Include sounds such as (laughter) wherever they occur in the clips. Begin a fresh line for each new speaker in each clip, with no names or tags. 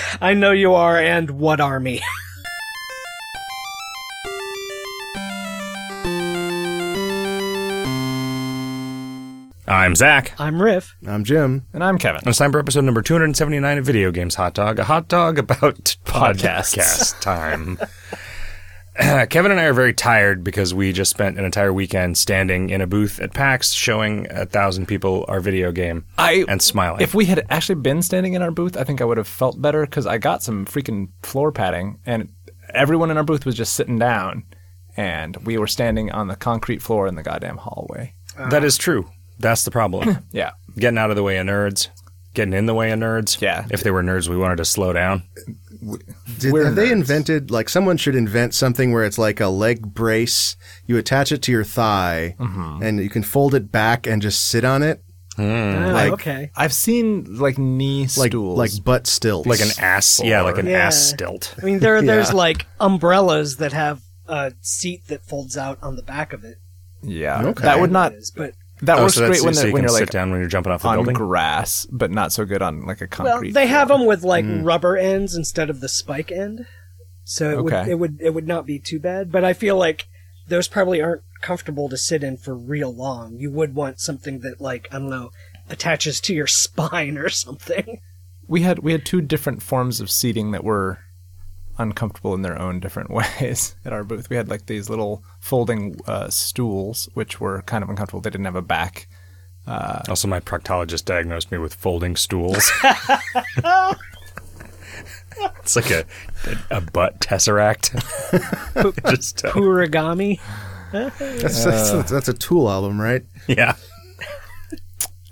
(laughs) I know you are, and what army?
I'm Zach.
(laughs) I'm Riff.
Mm.
I'm Jim.
And I'm Kevin.
And it's time for episode number 279 of Video Games Hot Dog, a hot dog
(laughs)
about
Podcasts.
podcast time. (clears throat) Uh, Kevin and I are very tired because we just spent an entire weekend standing in a booth at PAX showing a thousand people our video game
I-
and smiling.
If we had actually been standing in our booth, I think I would have felt better because I got some freaking floor padding, and everyone in our booth was just sitting down, and we were standing on the concrete floor in the goddamn hallway.
that is true. That's the
(laughs)
problem.
Yeah,
getting out of the way of nerds, getting in the way of nerds.
Yeah.
If they were nerds, we wanted to slow down.
Did,
We're
have they
nerds.
invented like someone should invent something where it's like a leg brace? You attach it to your thigh, and you can fold it back and just sit on it,
Oh,
Like-
okay.
I've seen like knee
like
stools,
like butt stilts,
Like an ass. Yeah, like an
Yeah.
ass stilt.
I mean,
(laughs)
there there's like umbrellas that have a seat that folds out on the back of it.
yeah,
Okay.
that would
It
not
is, but
that
oh,
works
so that's
great when,
so
they're-
you
when
can
you're
sit
like
down when you're jumping off the
on
building.
grass, but not so good on like a
well,
concrete. Mm.
they have
floor.
them with like rubber ends instead of the spike end, so it would
Okay.
it would it would not be too bad. But I feel like those probably aren't comfortable to sit in for real long. You would want something that like I don't know attaches to your (laughs) spine or something.
we had we had two different forms of seating that were uncomfortable in their own different (laughs) ways at our booth. We had like these little folding uh, stools, which were kind of uncomfortable. They didn't have a back.
Also, my proctologist diagnosed me with folding
(laughs)
stools. it's like a, a, a butt tesseract. (laughs) Just uh,
Kurigami.
That's, that's, that's a Tool album, right?
yeah,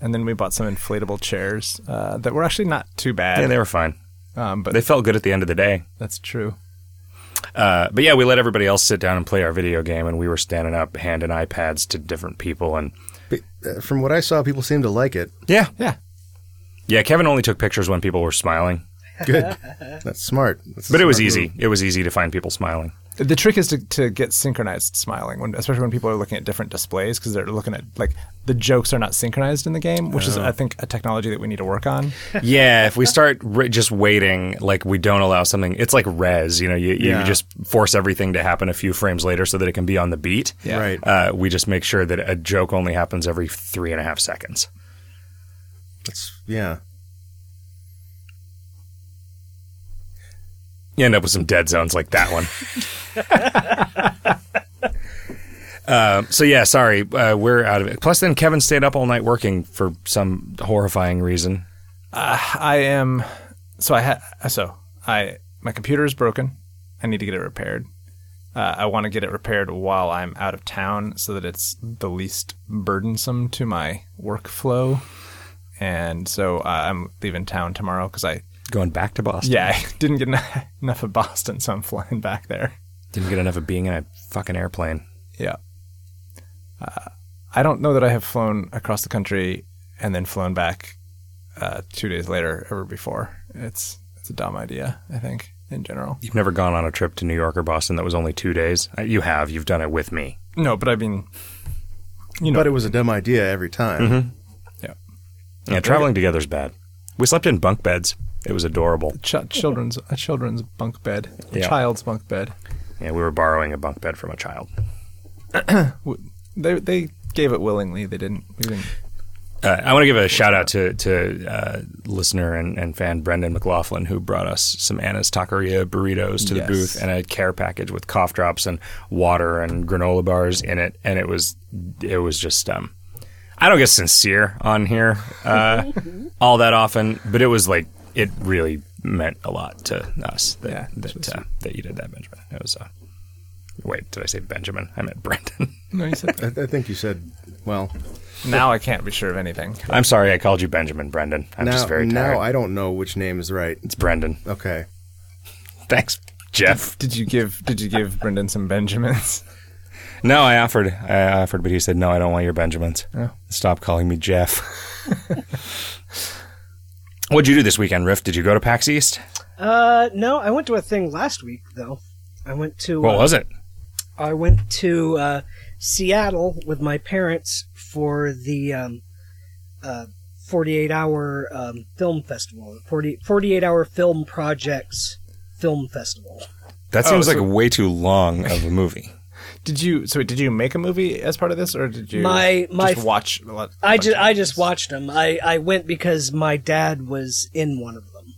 And then we bought some inflatable chairs uh, that were actually not too
yeah,
bad.
they were fine.
um, but
They felt good at the end of the day.
that's true.
Uh, but yeah, we let everybody else sit down and play our video game, and we were standing up, handing iPads to different people, and
But, uh, from what I saw, people seem to like it.
yeah,
Yeah.
yeah. Kevin only took pictures when people were smiling,
Good. that's smart. That's a
but it was
smart
easy.
move.
It was easy to find people smiling.
The trick is to, to get synchronized smiling, when, especially when people are looking at different displays because they're looking at like the jokes are not synchronized in the game, which is
Oh.
I think a technology that we need to work on.
yeah, if we start ri just waiting, like we don't allow something, it's like res. You know, you, you
Yeah.
just force everything to happen a few frames later so that it can be on the beat.
Yeah.
Right.
Uh, we just make sure that a joke only happens every three and a half seconds.
That's yeah.
You end up with some dead zones like that
(laughs)
one. Um, so yeah, sorry, uh, we're out of it. Plus, then Kevin stayed up all night working for some horrifying reason.
Uh, I am. So I had. So I my computer is broken. I need to get it repaired. Uh, I want to get it repaired while I'm out of town, so that it's the least burdensome to my workflow. And so uh, I'm leaving town tomorrow because I
Going back to Boston,
yeah (laughs) I didn't get en- enough of Boston, so I'm flying back there.
didn't get enough of being in a fucking airplane.
Yeah. Uh, I don't know that I have flown across the country and then flown back uh, two days later ever before. It's it's a dumb idea, I think, in general.
You've never gone on a trip to New York or Boston that was only two days. Uh, You have. You've done it with me.
No, but I mean, you know,
But it was a dumb idea every time.
yeah.
Yeah, traveling together's bad. We slept in bunk beds. It was adorable.
Ch- children's a children's bunk bed, a
Yeah.
child's bunk bed.
Yeah, we were borrowing a bunk bed from a child.
W- They they gave it willingly. They didn't. We didn't.
Uh, I want to give a shout out to to uh, listener and, and fan Brendan McLaughlin who brought us some Anna's Taqueria burritos to
Yes.
the booth and a care package with cough drops and water and granola bars in it, and it was it was just um, I don't get sincere on here uh, all that often, but it was like it really meant a lot to us that
Yeah, it's
that, uh, that you did that, Benjamin. It was. Uh, wait, did I say Benjamin? I meant Brendan.
(laughs)
(laughs)
No, you said
Mm-hmm.
I, I think you said well.
(laughs) now. I can't be sure of anything.
I'm sorry, I called you Benjamin, Brendan. I'm
now
just very tired.
now I don't know which name is right.
it's Brendan.
Okay.
(laughs) Thanks, Jeff.
Did you give Did you give Brendan some Benjamins? (laughs)
No, I offered. I offered, but he said, "No, I don't want your Benjamins.
Oh.
Stop calling me Jeff." (laughs) What'd you do this weekend, Riff? Did you go to PAX East?
Uh, no, I went to a thing last week though. I went to
What
uh,
was it?
I went to uh, Seattle with my parents for the um, uh, 48 hour um, film festival, 40, 48 hour film projects film festival.
That
Oh,
seems
so-
like way too long of a movie.
Did you? So did you make a movie as part of this, or did you?
My- my-
just watch. a lot-
I just
bunch of
I just
movies?
watched them. I, I went because my dad was in one of them.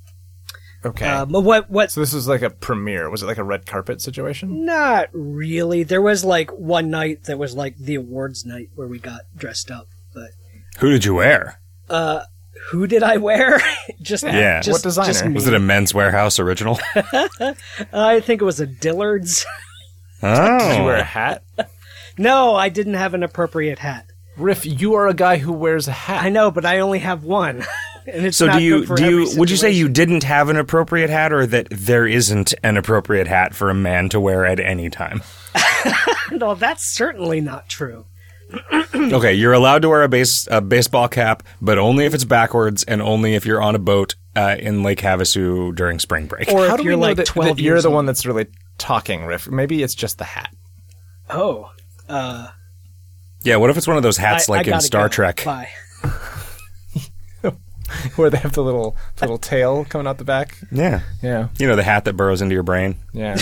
Okay.
Um, but what what
so this was like a premiere. Was it like a red carpet situation?
not really. There was like one night that was like the awards night where we got dressed up. But
Who did you wear?
uh, who did I wear? (laughs) just
Yeah.
just,
What designer?
just me.
Was it a men's warehouse
(laughs)
original?
I think it was a Dillard's. (laughs)
Did you wear a
Oh.
hat?
no, I didn't have an appropriate hat.
Riff, you are a guy who wears a hat.
I know, but I only have one. (laughs) and it's
So
not
do you
good for
do
every
you would you say
situation.
you didn't have an appropriate hat or that there isn't an appropriate hat for a man to wear at any time?
(laughs) No, that's certainly not true.
Okay, you're allowed to wear a base a baseball cap, but only if it's backwards and only if you're on a boat uh, in Lake Havasu during spring break.
Or
How
if
do
you're
we know
like
that,
12
that you're
years
the
old.
one that's really talking, Riff? Maybe it's just the hat. (laughs)
Oh, uh,
yeah, what if it's one of those hats
I- I
like in
gotta
Star
go.
Trek?
Bye.
Where they have the little the little tail coming out the back.
Yeah.
Yeah.
You know the hat that burrows into your brain.
Yeah.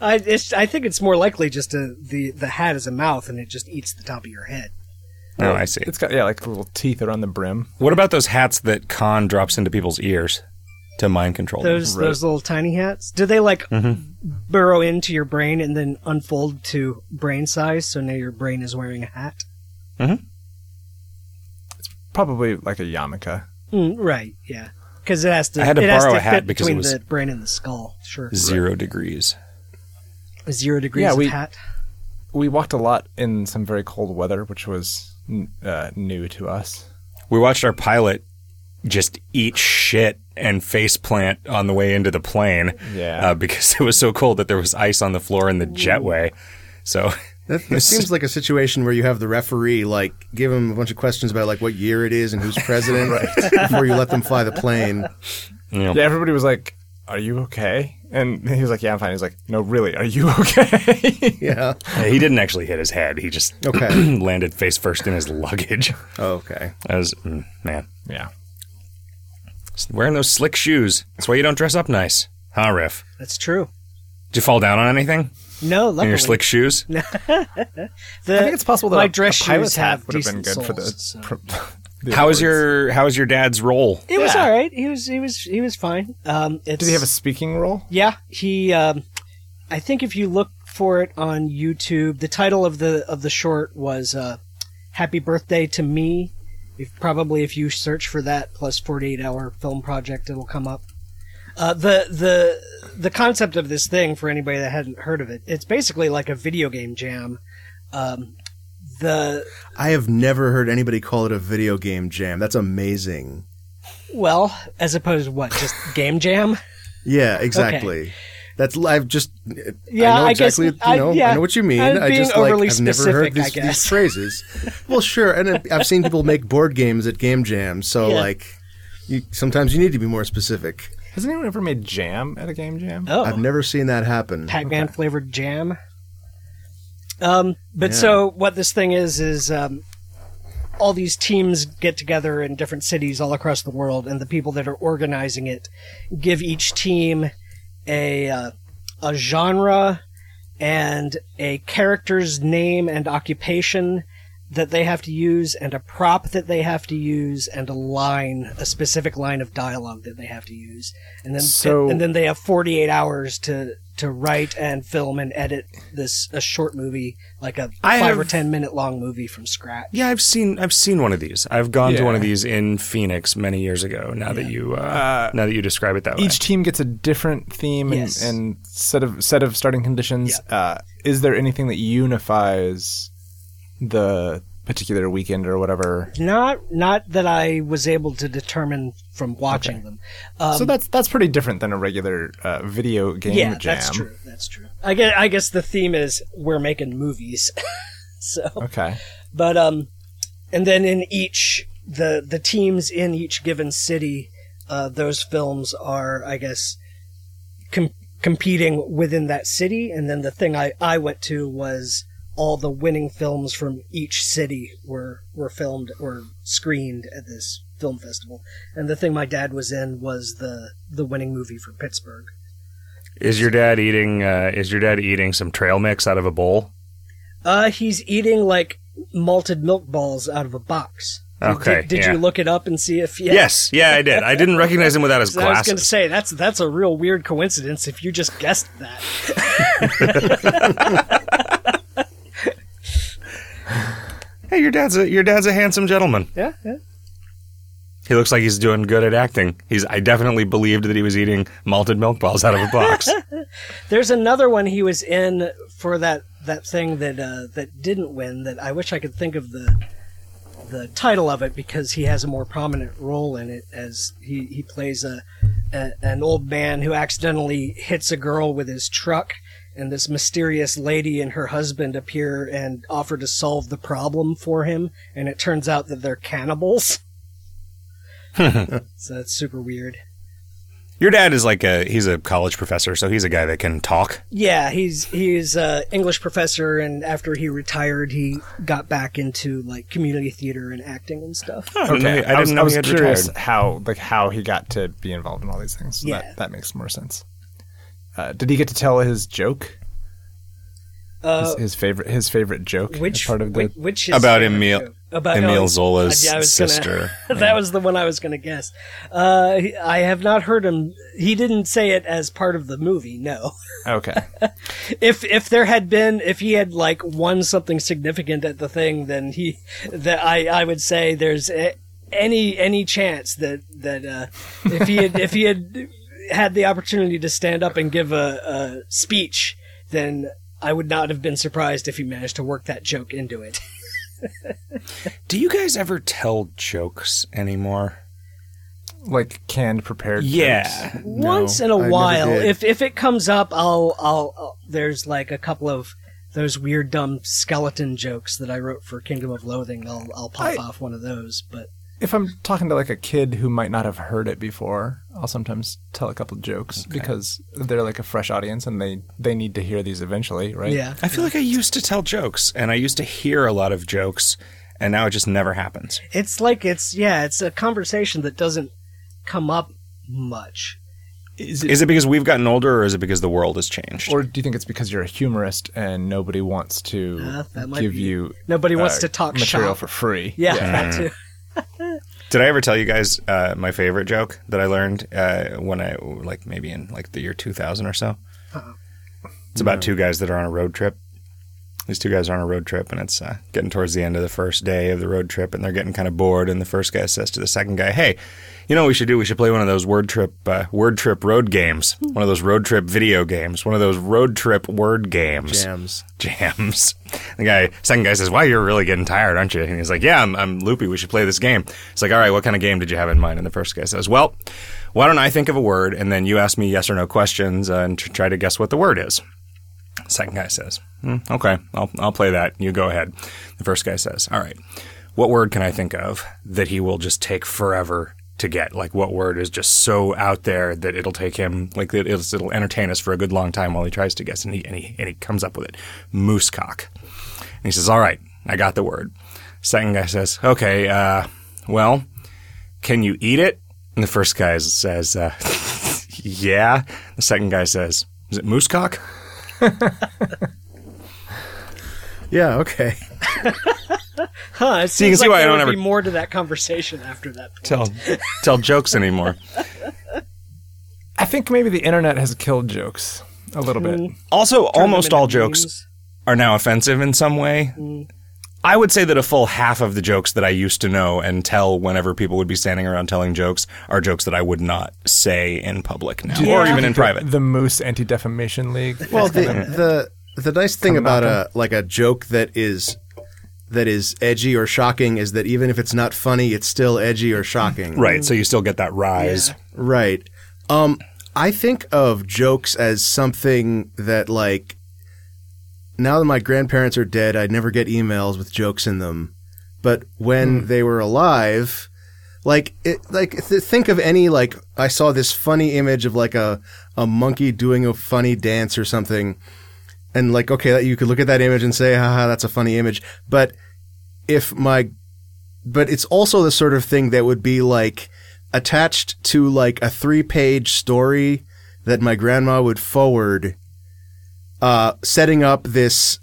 I it's, I think it's more likely just a, the the hat is a mouth and it just eats the top of your head.
Oh, I see.
it's got yeah, like little teeth around the brim.
What about those hats that Khan drops into people's ears to mind control them?
Those those little tiny hats. Do they like
Mm-hmm.
burrow into your brain and then unfold to brain size? So now your brain is wearing a hat.
Probably like a yarmulke.
Mm, right. Yeah. Because it has to.
I had to
it has
borrow
to
a
fit
hat because it
between
was-
the brain and the skull. Sure.
Zero degrees.
Zero degrees
Yeah, we-
of hat.
We walked a lot in some very cold weather, which was n- uh, new to us.
We watched our pilot just eat shit and face plant on the way into the plane
Yeah.
uh, because (laughs) it was so cold that there was ice on the floor in the jetway. So
That, that seems like a situation where you have the referee like give him a bunch of questions about like what year it is and who's
(laughs)
president before you let them fly the plane.
Yeah, everybody was like, "Are you okay?" And (laughs) he was like, "Yeah, I'm fine." He's like, "No, really, are you (laughs) okay?"
Yeah.
uh, he didn't actually hit his head. He just (clears throat)
Okay.
landed face first in his luggage. (laughs)
Okay.
That was, mm, man,
yeah.
Just wearing those slick shoes. That's why you don't dress up nice. Huh, Riff?
That's true.
Did you fall down on anything
No, luckily.
in your slick shoes?
The-
I think it's possible that
my
a,
dress
a pilot's
shoes
hat
have
would have been good
decent
for the.
soles, so.
pro- (laughs) the
How is
awards.
your How is your dad's role?
It was
Yeah.
all right. He was he was he was fine. Um, it's,
Did he have a speaking role?
Yeah, he. Um, I think if you look for it on YouTube, the title of the of the short was uh, "Happy Birthday to Me." If, probably if you search for that plus forty eight hour film project, it'll come up. Uh, the the the concept of this thing for anybody that hadn't heard of it, it's basically like a video game jam. Um, the
I have never heard anybody call it a video game jam. That's amazing.
well, as opposed to what just game jam.
Yeah, exactly. That's I've just
Yeah,
I know
I guess-
exactly
I-
you know I,
yeah.
know what you mean.
I'm
I just
being
like
overly
I've never
specific,
heard
I
these, these
guess. (laughs)
phrases. well, sure, and I've- I've seen people make board games at game jams, so
Yeah.
like you, sometimes you need to be more specific.
Has anyone ever made jam at a game jam?
Oh,
I've never seen that happen.
Pac-Man flavored jam. Um, but so what this thing is is um, all these teams get together in different cities all across the world, and the people that are organizing it give each team a uh, a genre and a character's name and occupation that they have to use and a prop that they have to use and a line a specific line of dialogue that they have to use and then
So-
and then they have 48 hours to to write and film and edit this a short movie like a
I
5 or
have-
10 minute long movie from scratch
Yeah, I've seen I've seen one of these. I've gone to
Yeah.
one of these in Phoenix many years ago. Now that you uh, now that you describe it that way,
Each team gets a different theme and,
Yes.
and set of set of starting conditions. Uh, is there anything that unifies the particular weekend or whatever?
not not that i was able to determine from watching them um,
so that's that's pretty different than a regular uh, video game
yeah,
jam.
that's true. That's true. I guess, I guess the theme is we're making movies. so,
Okay.
but um, and then in each the the teams in each given city, uh, those films are I guess com- competing within that city. And then the thing I I went to was all the winning films from each city were were filmed or screened at this film festival. And the thing my dad was in was the the winning movie for Pittsburgh.
Is your dad eating? Uh, is your dad eating some trail mix out of a bowl?
Uh, he's eating like malted milk balls out of a box. Did-
Okay,
Did, did
yeah.
you look it up and see if yeah?
Yes, yeah, I did. I didn't recognize him without his
'Cause I was
glasses.
going to say that's that's a real weird coincidence if you just guessed that.
hey, your dad's a your dad's a handsome gentleman.
Yeah, yeah.
He looks like he's doing good at acting. He's I definitely believed that he was eating malted milk balls out of a box.
There's another one he was in for that that thing that uh, that didn't win. That I wish I could think of the the title of it because he has a more prominent role in it as he he plays a, a an old man who accidentally hits a girl with his truck. And this mysterious lady and her husband appear and offer to solve the problem for him, and it turns out that they're cannibals. so that's super weird.
(laughs) your dad is like a he's a college professor, so he's a guy that can talk.
Yeah, he's he's a English professor, and after he retired, he got back into like community theater and acting and stuff.
I didn't know he- I,
I, was,
didn't know
I was
he had
curious
retired.
how like how he got to be involved in all these things. So
Yeah.
that, that makes more sense. Uh, did he get to tell his joke?
Uh,
His, his favorite his favorite joke. as
which
part of the
which, which is
About Emile-
about
Emile
oh,
Zola's
yeah, I was gonna- (laughs)
sister.
that was the one I was going to guess. Uh, he- I have not heard him. He didn't say it as part of the movie. No.
Okay.
(laughs) If if there had been if he had like won something significant at the thing, then he that I I would say there's a, any any chance that that uh, if he had if he had had the opportunity to stand up and give a, a speech, then I would not have been surprised if he managed to work that joke into it.
Do you guys ever tell jokes anymore?
like canned prepared.
Yeah.
jokes? No.
Once in a
never
while,
did.
if if it comes up, I'll I'll I'll- there's like a couple of those weird dumb skeleton jokes that I wrote for Kingdom of Loathing. I'll I'll pop
I-
off one of those, but.
if I'm talking to like a kid who might not have heard it before, I'll sometimes tell a couple jokes because they're like a fresh audience and they they need to hear these eventually, right?
Yeah.
I feel like I used to tell jokes and I used to hear a lot of jokes and now it just never happens.
It's like it's yeah, it's a conversation that doesn't come up much.
Is it,
Is it because we've gotten older or is it because the world has changed?
or do you think it's because you're a humorist and nobody wants to
Uh, that might
give
be-
you
Nobody wants
uh,
to talk
material
shop.
for free?
yeah, that too.
Did I ever tell you guys uh, my favorite joke that I learned uh, when I like maybe in like the year 2000 or so? It's about two guys that are on a road trip. These two guys are on a road trip, and it's uh, getting towards the end of the first day of the road trip, and they're getting kind of bored. And the first guy says to the second guy, "Hey, you know what we should do? We should play one of those word trip, uh, word trip road games. One of those road trip video games. One of those road trip word games."
Jams.
jams. (laughs) The guy, second guy says, "Wow, you're really getting tired, aren't you?" And he's like, "Yeah, I'm, I'm loopy. We should play this game." It's like, "All right, what kind of game did you have in mind?" And the first guy says, "Well, why don't I think of a word and then you ask me yes or no questions uh, and tr- try to guess what the word is?" Second guy says, "Hmm, "Okay, I'll I'll play that. You go ahead." The first guy says, "All right, what word can I think of that he will just take forever?" To get like what word is just so out there that it'll take him like that it'll, it'll entertain us for a good long time while he tries to guess and he and he, and he comes up with it, moose cock. And he says, "All right, I got the word." Second guy says, "Okay, uh, well, can you eat it?" And the first guy says, uh, (laughs) "Yeah." The second guy says, "Is it moose cock?"
Yeah, okay.
Huh, it
you can
seems
see
like
why I
there
don't
would
ever-
be more to that conversation after that. point.
tell tell jokes anymore.
I think maybe the internet has killed jokes a little bit.
Also,
Turn them
almost
into
all jokes
memes. Mm-hmm.
are now offensive in some way. I would say that a full half of the jokes that I used to know and tell whenever people would be standing around telling jokes are jokes that I would not say in public now, or
Yeah.
even in private.
The Moose Anti Defamation League.
(laughs) Well, the, the the nice thing about a like a joke that is that is edgy or shocking is that even if it's not funny, it's still edgy or
Mm-hmm.
shocking.
Right, so you still get that rise.
Right. Um, I think of jokes as something that like now that my grandparents are dead, I never get emails with jokes in them. But when they were alive, like it, like th- think of any like I saw this funny image of like a a monkey doing a funny dance or something and like okay, that you could look at that image and say, haha, that's a funny image. But if my, but it's also the sort of thing that would be like attached to like a three-page story that my grandma would forward, uh, setting up this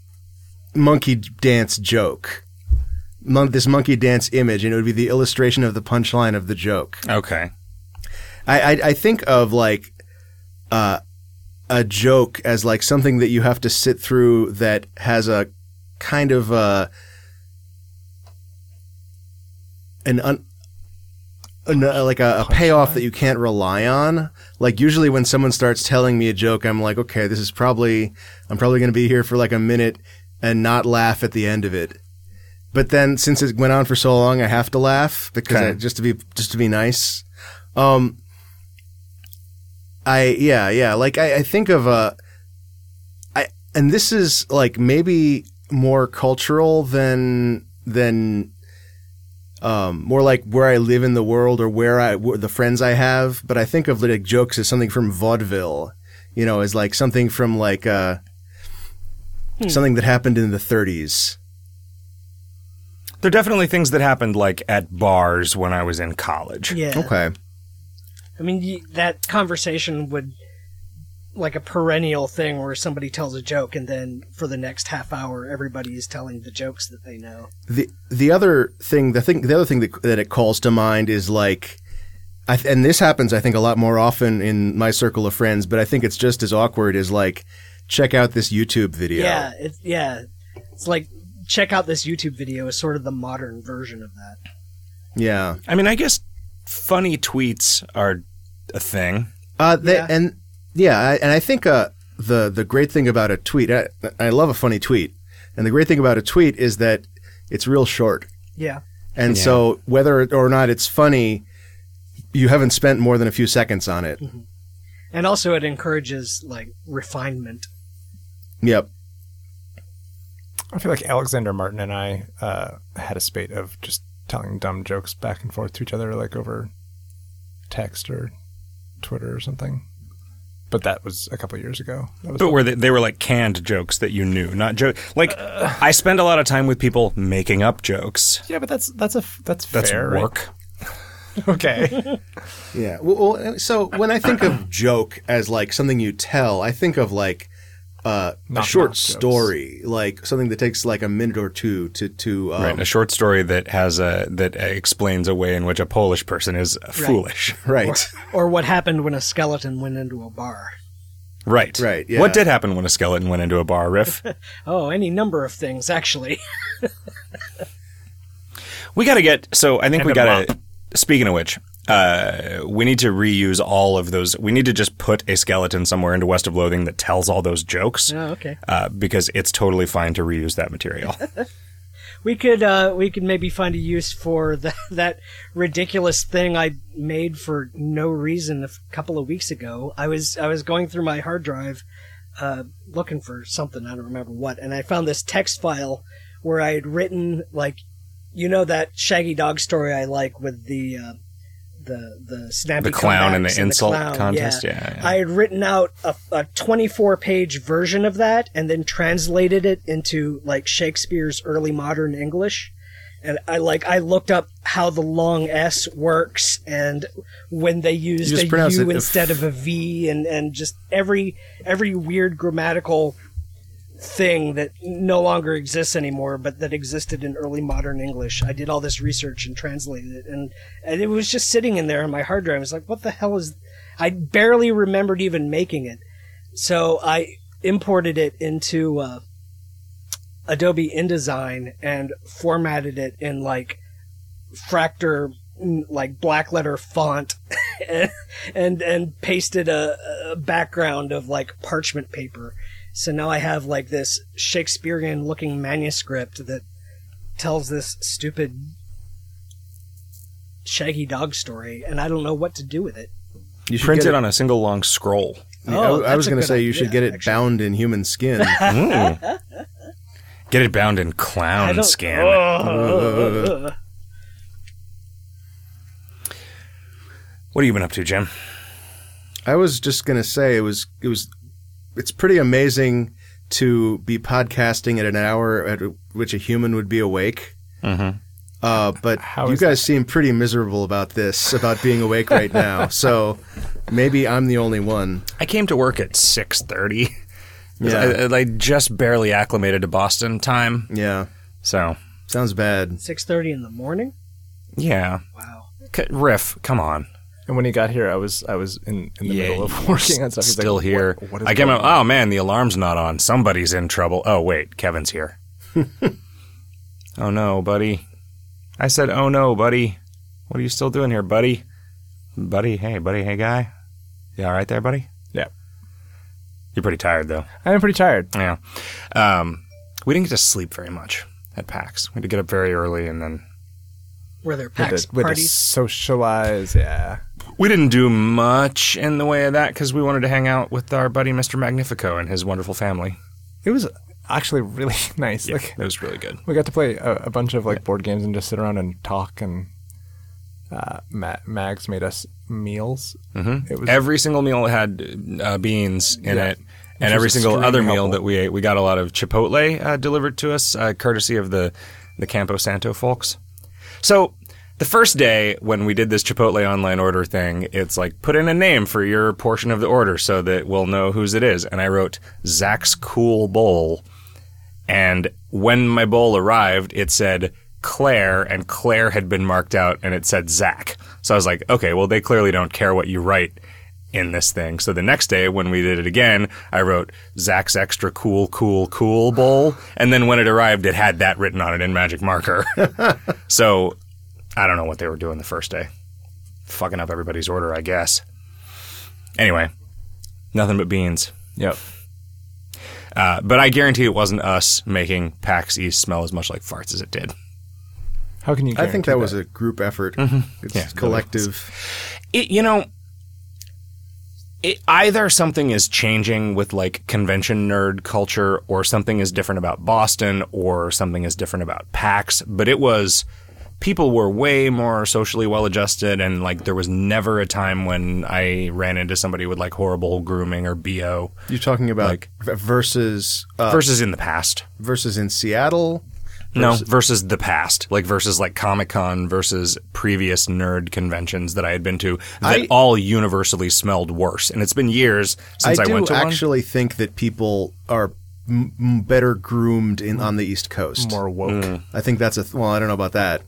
monkey dance joke. Mon- this monkey dance image, and it would be the illustration of the punchline of the joke.
Okay.
I, I, I think of like uh, a joke as like something that you have to sit through that has a kind of uh an un, an, uh, like a, a payoff that you can't rely on. Like usually when someone starts telling me a joke, I'm like, okay, this is probably I'm probably going to be here for like a minute and not laugh at the end of it. But then since it went on for so long, I have to laugh because
Okay.
I, just to be just to be nice. Um, I yeah yeah like I, I think of uh, I and this is like maybe more cultural than than um more like where I live in the world or where I where the friends I have. But I think of like jokes as something from vaudeville, you know, as like something from like uh something that happened in the 30s.
There are definitely things that happened like at bars when I was in college.
Yeah.
Okay.
I mean, y- that conversation would like a perennial thing where somebody tells a joke and then for the next half hour everybody is telling the jokes that they know.
the the other thing the thing the other thing that, that it calls to mind is like I th- and this happens I think a lot more often in my circle of friends but I think it's just as awkward as like check out this YouTube video
Yeah, it's yeah. It's like check out this YouTube video is sort of the modern version of that.
yeah
I mean, I guess funny tweets are a thing.
Uh, they,
Yeah.
and yeah, I, and I think uh, the the great thing about a tweet, I, I love a funny tweet, and the great thing about a tweet is that it's real short,
Yeah.
and so whether or not it's funny, you haven't spent more than a few seconds on it.
And also it encourages like refinement.
Yep.
I feel like Alexander Martin and I uh, had a spate of just telling dumb jokes back and forth to each other, like over text or Twitter or something. But that was a couple years ago. That was
But were they, they were like canned jokes that you knew, not joke. Like I spend a lot of time with people making up jokes.
yeah, but that's that's a f- that's,
That's
fair. right?
work.
(laughs) Okay,
Yeah. Well, well, so when I think of joke as like something you tell, I think of like uh, a
Knock-knock
short
jokes.
story, like something that takes like a minute or two to to um,
Right, a short story that has a that explains a way in which a Polish person is foolish. (laughs)
right. (laughs)
Or what happened when a skeleton went into a bar.
Right,
Right, yeah.
What did happen when a skeleton went into a bar riff?
Oh, any number of things actually. (laughs)
we got to get. So I think
And
we
a
got to. Speaking of which, uh, we need to reuse all of those. We need to just put a skeleton somewhere into West of Loathing that tells all those jokes.
Oh, okay.
Uh, because it's totally fine to reuse that material.
We could uh, we could maybe find a use for the, (laughs) that ridiculous thing I made for no reason a f- couple of weeks ago. I was I was going through my hard drive uh, looking for something I don't remember what, and I found this text file where I had written like you know that Shaggy Dog story I like with the uh, the the snappy
the clown and
comebacks
the insult
clown,
contest.
yeah.
Yeah. yeah.
I had written out a, a 24 page version of that and then translated it into like Shakespeare's early modern English. And I like I looked up how the long S works and when they used
just
a
pronounce
U
it if-
instead of a V and, and just every every weird grammatical thing that no longer exists anymore but that existed in early modern English. I did all this research and translated it and, and it was just sitting in there on my hard drive. I was like, what the hell is I barely remembered even making it. So I imported it into uh, Adobe InDesign and formatted it in like Fractor, mm, like black letter font, (laughs) and and pasted a, a background of like parchment paper. So now I have like this Shakespearean looking manuscript that tells this stupid shaggy dog story, and I don't know what to do with it.
You should
Print
get
it on a single long scroll.
I-
Oh,
I,
that's
was
a
going to
good
say you should
idea,
get it
actually.
bound in
(laughs)
human skin.
Mm. Get it bound in
I
clown
don't-
skin.
Uh.
Ugh.
What have you been up to, Jim?
I was just going to say it was it was it's pretty amazing to be podcasting at an hour at which a human would be awake. Uh, but
How
you
is
guys seem pretty miserable about this, about being awake
(laughs)
right now. So maybe I'm the only one.
I came to work at six thirty. (laughs)
Yeah.
Yeah. I, I just barely acclimated to Boston time,
Yeah,
so
sounds
(laughs)
bad.
Six thirty in the morning.
yeah.
Wow.
C- Riff, come on.
And when he got here, I was I was in, in the middle of (laughs)
you're
working on stuff. He's like,
Still
"What-
here.
what is
I came
going
up. Oh man, the alarm's not on. Somebody's in trouble. Oh wait, Kevin's
(laughs)
here. oh no, buddy. I said, oh no, buddy. What are you still doing here, buddy? Buddy, hey, buddy, hey, guy. You all right there, buddy?
Yeah.
You're pretty tired though.
I'm pretty tired.
Yeah. Um, we didn't get to sleep very much at PAX. We had to get up very early and then
Were there
With
PAX
the- with the
parties?
socialize, yeah.
we didn't do much in the way of that because we wanted to hang out with our buddy Mr. Magnifico and his wonderful family.
It was actually really (laughs) nice. Like
it was really good.
we got to play a, a bunch of like board games and just sit around and talk. And uh, Ma- Mags made us meals. Mm-hmm. It was
Every single meal had uh, beans in
Yeah.
it, and every
was
single other
extremely
meal
helpful.
that we ate, we got a lot of Chipotle uh, delivered to us, uh, courtesy of the the Campo Santo folks. So. The first day when we did this Chipotle online order thing, it's like put in a name for your portion of the order so that we'll know whose it is. And I wrote Zach's Cool Bowl, and when my bowl arrived, it said Claire, and Claire had been marked out, and it said Zach. So I was like, okay, well, they clearly don't care what you write in this thing. So the next day, when we did it again, I wrote Zach's Extra Cool, Cool, Cool Bowl. And then when it arrived, it had that written on it in magic marker. (laughs) so I don't know what they were doing the first day. Fucking up everybody's order, I guess. Anyway, nothing but beans.
yep.
Uh, but I guarantee it wasn't us making PAX East smell as much like farts as it did.
How can you?
I think
guarantee
that was a group effort. It's
Mm-hmm. Yeah,
collective.
It, you know, it, either something is changing with like convention nerd culture, or something is different about Boston, or something is different about PAX. But it was people were way more socially well adjusted, and like there was never a time when I ran into somebody with like horrible grooming or bo
You're talking about
Like-
v- versus uh,
versus in the past.
versus in Seattle.
No, versus the past, like versus like Comic Con, versus previous nerd conventions that I had been to that
I-
all universally smelled worse. And it's been years since I,
I do
went to
actually think that people are m- m- better groomed in on the East Coast.
more woke.
I think that's a th- well. I don't know about that.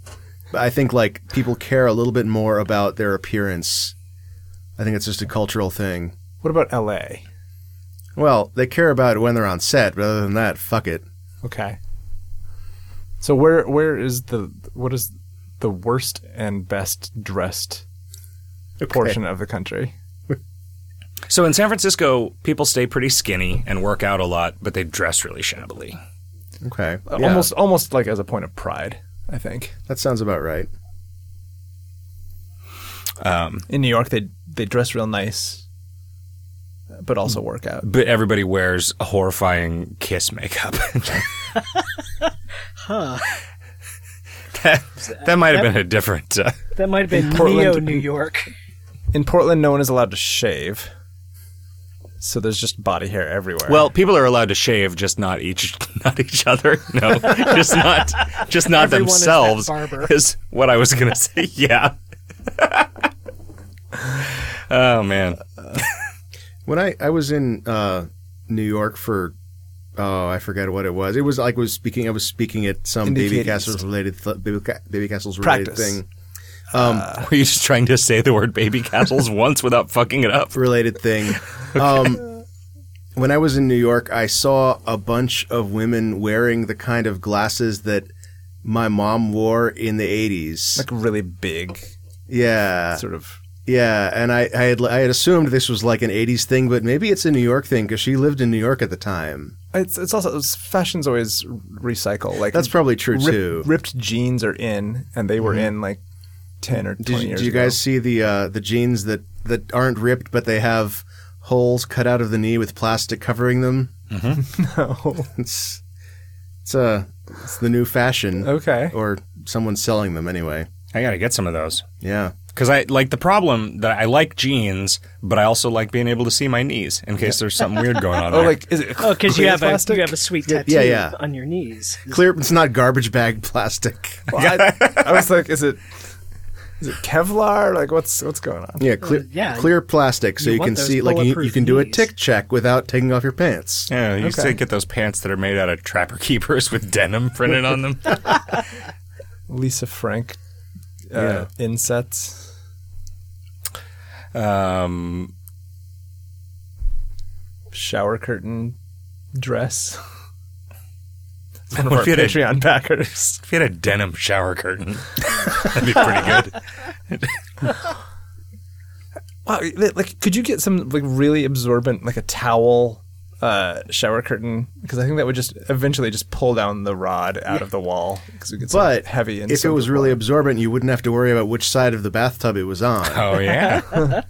But I think like people care a little bit more about their appearance. I think it's just a cultural thing.
What about L.A.?
Well, they care about it when they're on set, but other than that, fuck it.
Okay. So where where is the what is the worst and best dressed portion of the country?
one. So in San Francisco, people stay pretty skinny and work out a lot, but they dress really shabbily.
Okay,
Uh,
Yeah,
Almost almost like as a point of pride, I think.
that sounds about right.
Um,
In New York, they they dress real nice, but also work out.
but everybody wears horrifying kiss (laughs) makeup.
Huh.
that, that might have been a different. Uh,
That might have been
Portland-
Neo New York.
In Portland, no one is allowed to shave, so there's just body hair everywhere.
well, people are allowed to shave, just not each, (laughs) not each other. No, just not, just not
Everyone is that
themselves.
barber.
Is what I was gonna say. (laughs) Yeah. oh man.
When I I was in uh, New York for oh I forget what it was. It was like was speaking. I was speaking at some baby
Indicated
castles related th- baby, Ca- baby castles related
Practice.
thing
Were you just trying to say the word baby castles once without fucking it up?
related thing.
(laughs)
um, when I was in New York, I saw a bunch of women wearing the kind of glasses that my mom wore in the 80s.
like really big,
yeah.
sort of.
Yeah, and I, I had I had assumed this was like an 80s thing, but maybe it's a New York thing cuz she lived in New York at the time.
It's it's also it's, fashions always recycle. Like
That's probably true
Rip-
too. Mm-hmm.
Ripped jeans are in, and they were in like ten or twenty
Did you,
years.
do you
ago.
guys see the uh, the jeans that that aren't ripped but they have holes cut out of the knee with plastic covering them?
No.
It's it's uh it's the new fashion
(laughs) okay.
or someone selling them anyway.
I gotta get some of those.
Yeah.
Because I like the problem that I like jeans, but I also like being able to see my knees in case there's something weird (laughs) going on.
Oh,
there.
like is it?
Oh, because you
clear
have
plastic?
a you have a sweet tattoo
yeah, yeah.
on your knees.
Clear, it's not garbage
(laughs)
bag plastic.
Well, I, I was like, is it? Is it Kevlar? Like, what's what's going on?
Yeah, clear,
yeah.
clear plastic, so
You
you,
want
can
those
see, like, you, you
bulletproof
can do a
knees.
tick check without taking off your pants.
yeah, you say get those pants that are made out of trapper (laughs) keepers with denim printed on (laughs) them.
Lisa Frank uh, insets.
Um,
shower curtain (laughs) dress. It's one of
What
our
if you had a-
Patreon (laughs) backers.
if you had a denim shower curtain, (laughs) that'd be pretty good.
Wow, like, could you get some like really absorbent, like a towel uh, shower curtain? Because I think that would just eventually just pull down the rod out of the wall because it gets
But
heavy. And
if it
so-
was really absorbent, you wouldn't have to worry about which side of the bathtub it
(laughs)
was on.
Oh yeah.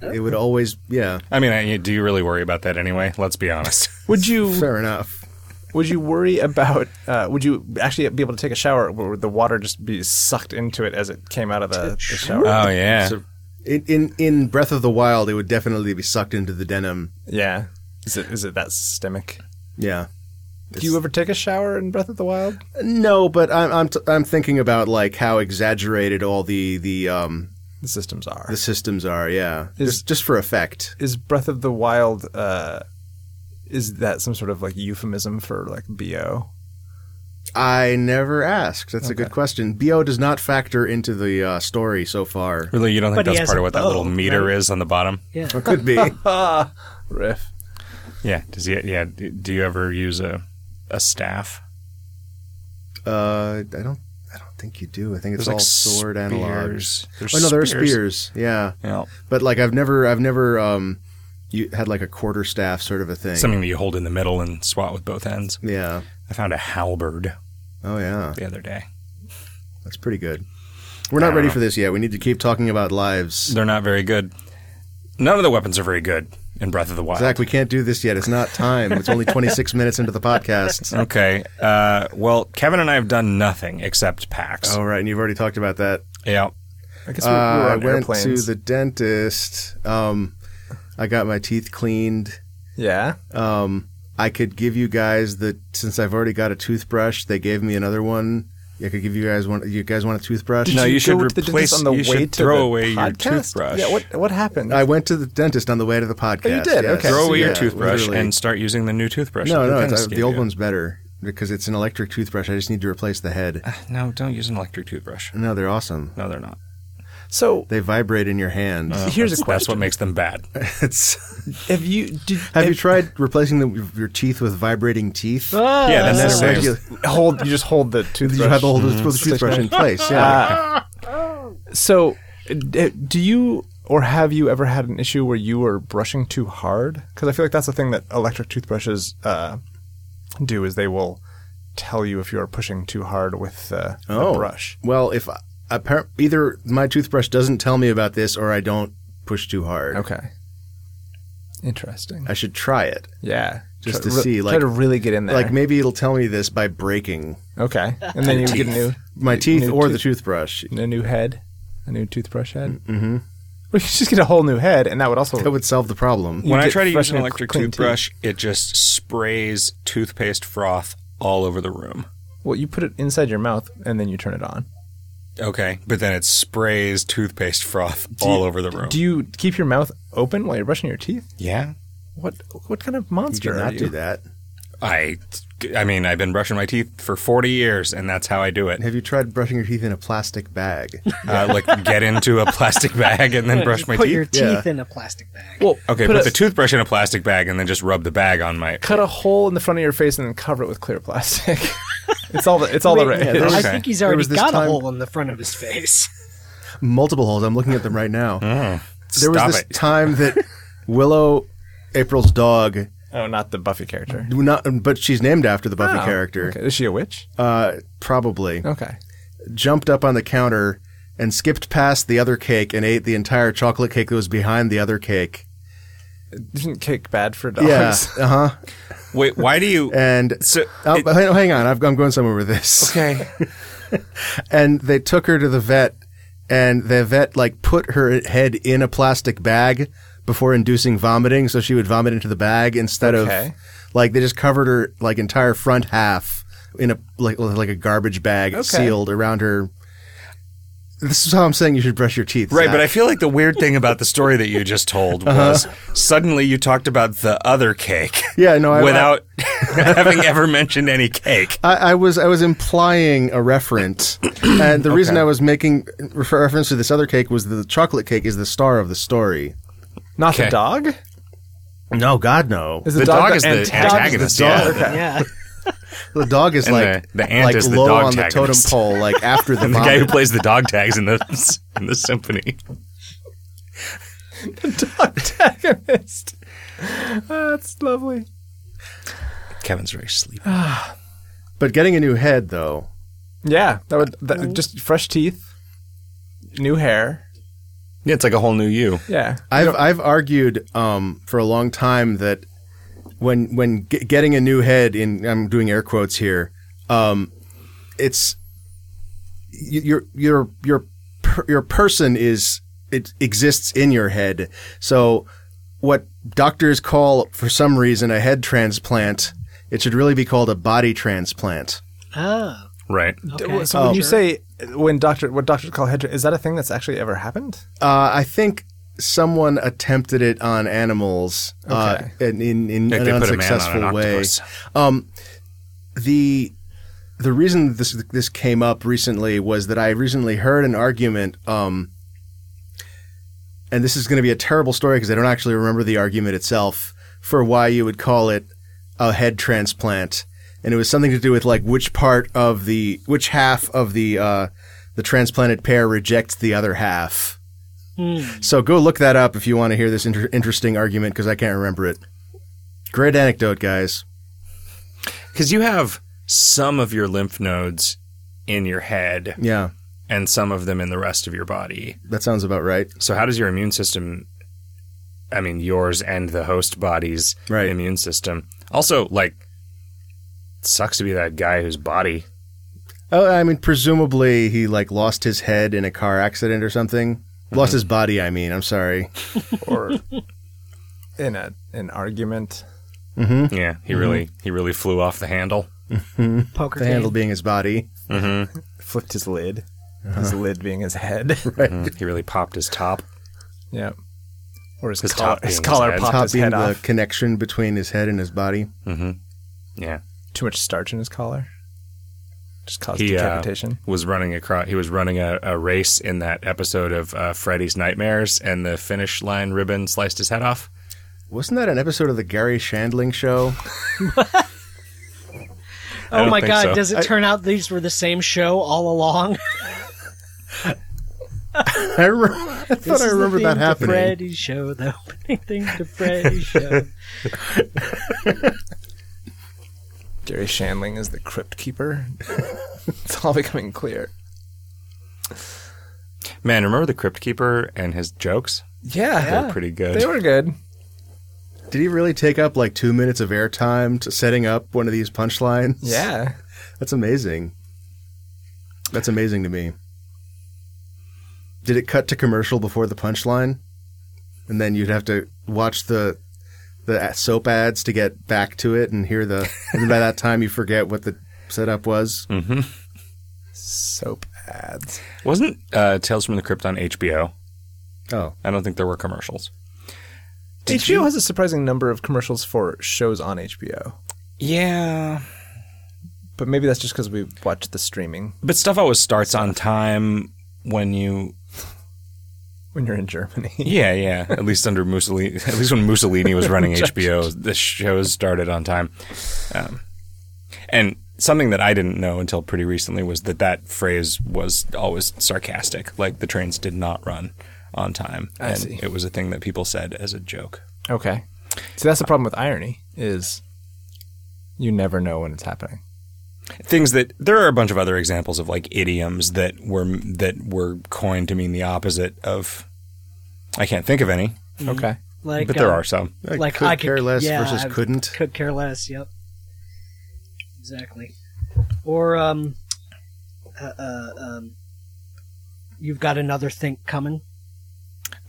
it would always, yeah,
I mean, I, do you really worry about that anyway? Let's be honest.
would you
fair enough.
would you worry about? Uh, would you actually be able to take a shower where would the water just be sucked into it as it came out of the, the shower?
Oh yeah.
So in, in, in Breath of the Wild, it would definitely be sucked into the denim.
yeah, is it is it that systemic?
Yeah.
Do you ever take a shower in Breath of the Wild?
No, but I'm, I'm, t- I'm thinking about, like, how exaggerated all the, the, um,
The systems are.
the systems are, yeah.
Is-
just, just for effect.
is Breath of the Wild uh is that some sort of like euphemism for like BO?
I never asked. That's a good question. BO does not factor into the uh, story so far.
Really, you don't think
But he has
that's part
a
of what that
bow,
little meter
right?
is on the bottom?
Yeah.
Or could
(laughs)
be.
Ah, riff.
Yeah. Does he? Yeah. d- Do you ever use a a staff?
Uh, I don't. I don't think you do. I think it's
There's, like,
all sword analogs.
spears. There's
Oh no, there are
spears.
spears. Yeah,
Yeah.
but like I've never, I've never, um, you had like a quarter staff sort of a thing.
Something that you hold in the middle and swat with both ends.
yeah.
I found a halberd
Oh yeah,
the other day.
that's pretty good. We're not ready for this yet. We need to keep talking about lives.
They're not very good. None of the weapons are very good in Breath of the Wild.
Zach, we can't do this yet. It's not time. It's only 26 minutes into
(laughs)
the podcast.
Okay. Uh, well, Kevin and I have done nothing except
Oh.
packs.
All right, and you've already talked about that.
Yeah.
I guess
Uh,
we we were
I
on
went
airplanes.
to the dentist. Um, I got my teeth cleaned.
yeah.
Um, I could give you guys the since I've already got a toothbrush. They gave me another one. I could give you guys one. You guys want a toothbrush?
Did
No, you
go
should
to the
replace-
dentist on the
you
way
should
to
throw
the
away your
podcast?
toothbrush.
Yeah, what what happened?
I went to the dentist on the way to the podcast.
you did?
yes.
Okay.
Throw away your
Yeah,
toothbrush
literally.
and start using the new toothbrush.
no,
that
no, it's,
dentist
uh, the
gave
old
you.
one's better because it's an electric toothbrush. I just need to replace the (laughs) head.
(laughs) No, don't use an electric toothbrush.
No, they're awesome.
No, they're not.
so
They vibrate in your hand.
(laughs) here's
that's,
a question:
That's what makes them bad.
(laughs) it's,
Have you did
have (laughs) you
if-
tried replacing the, your teeth with vibrating teeth?
Uh,
Ah,
yeah, that's the
That's
same.
regular-
hold? You just hold
(laughs)
the toothbrush.
You have to hold
Mm-hmm.
the toothbrush in (laughs) place. Yeah.
Uh, So, d- do you or have you ever had an issue where you were brushing too hard? Because I feel like that's the thing that electric toothbrushes uh, do is they will tell you if you are pushing too hard with uh, the brush.
Oh. Well, if I, appar- either my toothbrush doesn't tell me about this or I don't push too hard.
Okay. Interesting.
I should try it.
Yeah.
Just
Try-
to
re-
see,
try
like-
to really get in there.
Like maybe it'll tell me this by breaking
okay, and then you get a new
my teeth
new
or the toothbrush.
a new head, a new toothbrush head. Mm-hmm. We could just get a whole new head, and that would also
Mm. That would solve the problem.
when I
get
try to use
fresh
an
and
electric
clean teeth.
toothbrush, it just sprays toothpaste froth all over the room.
well, you put it inside your mouth, and then you turn it on.
Okay, but then it sprays toothpaste froth all over the room.
Do you keep your mouth open while you're brushing your teeth?
yeah,
What what kind of
You
monster
do
are
not
you?
do that.
I, I mean, I've been brushing my teeth for forty years, and that's how I do it.
Have you tried brushing your teeth in a plastic bag?
Uh, like get into a plastic bag and then brush my
Put
teeth.
your
Yeah.
teeth in a plastic bag.
Well,
okay,
put
put
a-
the toothbrush in a plastic bag and then just rub the bag on my.
cut a hole in the front of your face and then cover it with clear plastic. (laughs) it's all the, it's all the
Wait,
rage.
there
I
was-
think he's
there
already
was this
got a
time-
hole in the front of his face.
Multiple holes. I'm looking at them right now. there was
Stop
this
it. (laughs)
time that Willow, April's dog,
Oh, not the Buffy character.
not, but she's named after the Buffy
Oh,
character,
okay. Is she a witch?
uh, probably.
Okay.
jumped up on the counter and skipped past the other cake and ate the entire chocolate cake that was behind the other cake.
Isn't cake bad for dogs? (laughs)
Yeah. Uh huh.
Wait, why do
(laughs)
you?
And
So-
Oh, but hang hang on, I've, I'm going somewhere with this.
okay,
And they took her to the vet, and the vet like put her head in a plastic bag before inducing vomiting, so she would vomit into the bag instead
Okay.
of like they just covered her like entire front half in a like with, like a garbage bag sealed around her. This is how I'm saying you should brush your teeth.
Right, but I
Zach.
feel like the weird thing about the story that you just told
Uh-huh.
was suddenly you talked about the other cake
yeah, no, I,
without (laughs) having ever mentioned any cake.
I, I was I was implying a reference, and the reason I was making refer- reference to this other cake was the chocolate cake is the star of the story.
Not
Okay.
the dog?
No, God, no.
Is
The dog is the
antagonist?
antagonist,
Dog is the
yeah.
dog? Okay.
Yeah.
The dog is
And
like
the- the ant
like
is the
low
dog
on the totem
antagonist.
pole,
(laughs)
like after the,
The guy who
vomit.
plays the dog tags in the in the symphony.
(laughs) Antagonist. (laughs) Ah, That's lovely.
Kevin's very sleepy.
But getting a new head though,
Yeah, that would that, just fresh teeth, new hair.
Yeah, it's like a whole new you.
Yeah.
I've I've argued um, for a long time that when when g- getting a new head in I'm doing air quotes here, um, it's y- your your your per- your person is it exists in your head. So what doctors call for some reason a head transplant, it should really be called a body transplant.
Oh.
Right.
Okay. Oh.
So when you say when doctor what doctors call head tra- is that a thing that's actually ever happened?
Uh, I think someone attempted it on animals uh, in, in, in
Like
an
they put a man on
unsuccessful
an
way.
octopus.
Um, the the reason this this came up recently was that I recently heard an argument. Um, and this is going to be a terrible story because I don't actually remember the argument itself for why you would call it a head transplant, and it was something to do with like which part of the which half of the uh, the transplanted pair rejects the other half.
Hmm.
So go look that up if you want to hear this inter- interesting argument because I can't remember it. Great anecdote, guys.
Because you have some of your lymph nodes in your head
Yeah,
and some of them in the rest of your body.
that sounds about right.
So how does your immune system I mean yours and the host body's
Right.
immune system. Also, like sucks to be that guy whose body
Oh, I mean, presumably he like lost his head in a car accident or something. Lost his body. I mean, I'm sorry.
or
In a an argument.
Mm-hmm.
yeah, he really he really flew off the handle.
Poker
The
game.
handle being his body.
(laughs) Mm-hmm.
Flipped his lid. His lid being his head.
He really popped his top.
yeah. Or his,
His
collar,
top being
his
his
collar
head.
popped
Top
his
being
head
the
off.
connection between his head and his body.
Mm-hmm. Yeah,
Too much starch in his collar. Just caused
He, uh,
decapitation.
was running across. He was running a, a race in that episode of uh, Freddy's Nightmares, and the finish line ribbon sliced his head off.
Wasn't that an episode of the Gary Shandling show? (laughs)
I
Oh
don't
my
think
God!
so.
Does it turn out these were the same show all along?
I, remember, I thought I remember that happening.
Freddy's show, the (laughs) opening thing to Freddy's show.
Gary Shandling is the
(laughs)
crypt keeper. it's all becoming clear.
Man, remember the Crypt Keeper and his jokes?
Yeah.
They're pretty good.
They were good.
Did he really take up like two minutes of airtime to setting up one of these punchlines?
Yeah.
That's amazing. That's amazing to me. Did it cut to commercial before the punchline? And then you'd have to watch the the soap ads to get back to it and hear the and then by that time you forget what the setup was.
hmm
Soap ads.
Wasn't uh, Tales from the Crypt on HBO?
Oh.
I don't think there were commercials.
HBO has a surprising number of commercials for shows on HBO,
Yeah,
but maybe that's just because we watch the streaming
but stuff always starts on time when you.
when you're in Germany. (laughs)
Yeah, yeah. At least under Mussolini. (laughs) At least when Mussolini was
(laughs)
running HBO, the shows started on time. Um, and something that I didn't know until pretty recently was that that phrase was always sarcastic. Like the trains did not run on time,
I
and
see.
it was a thing that people said as a joke.
Okay. See, that's the problem with irony is you never know when it's happening.
things that there are a bunch of other examples of like idioms that were that were coined to mean the opposite of I can't think of any,
Okay.
Like,
but there
uh,
are some.
I
Like,
could
I could-
care less
yeah,
versus
I-
couldn't.
Could care less. Yep. Exactly. Or um, uh, uh, um, you've got another think coming.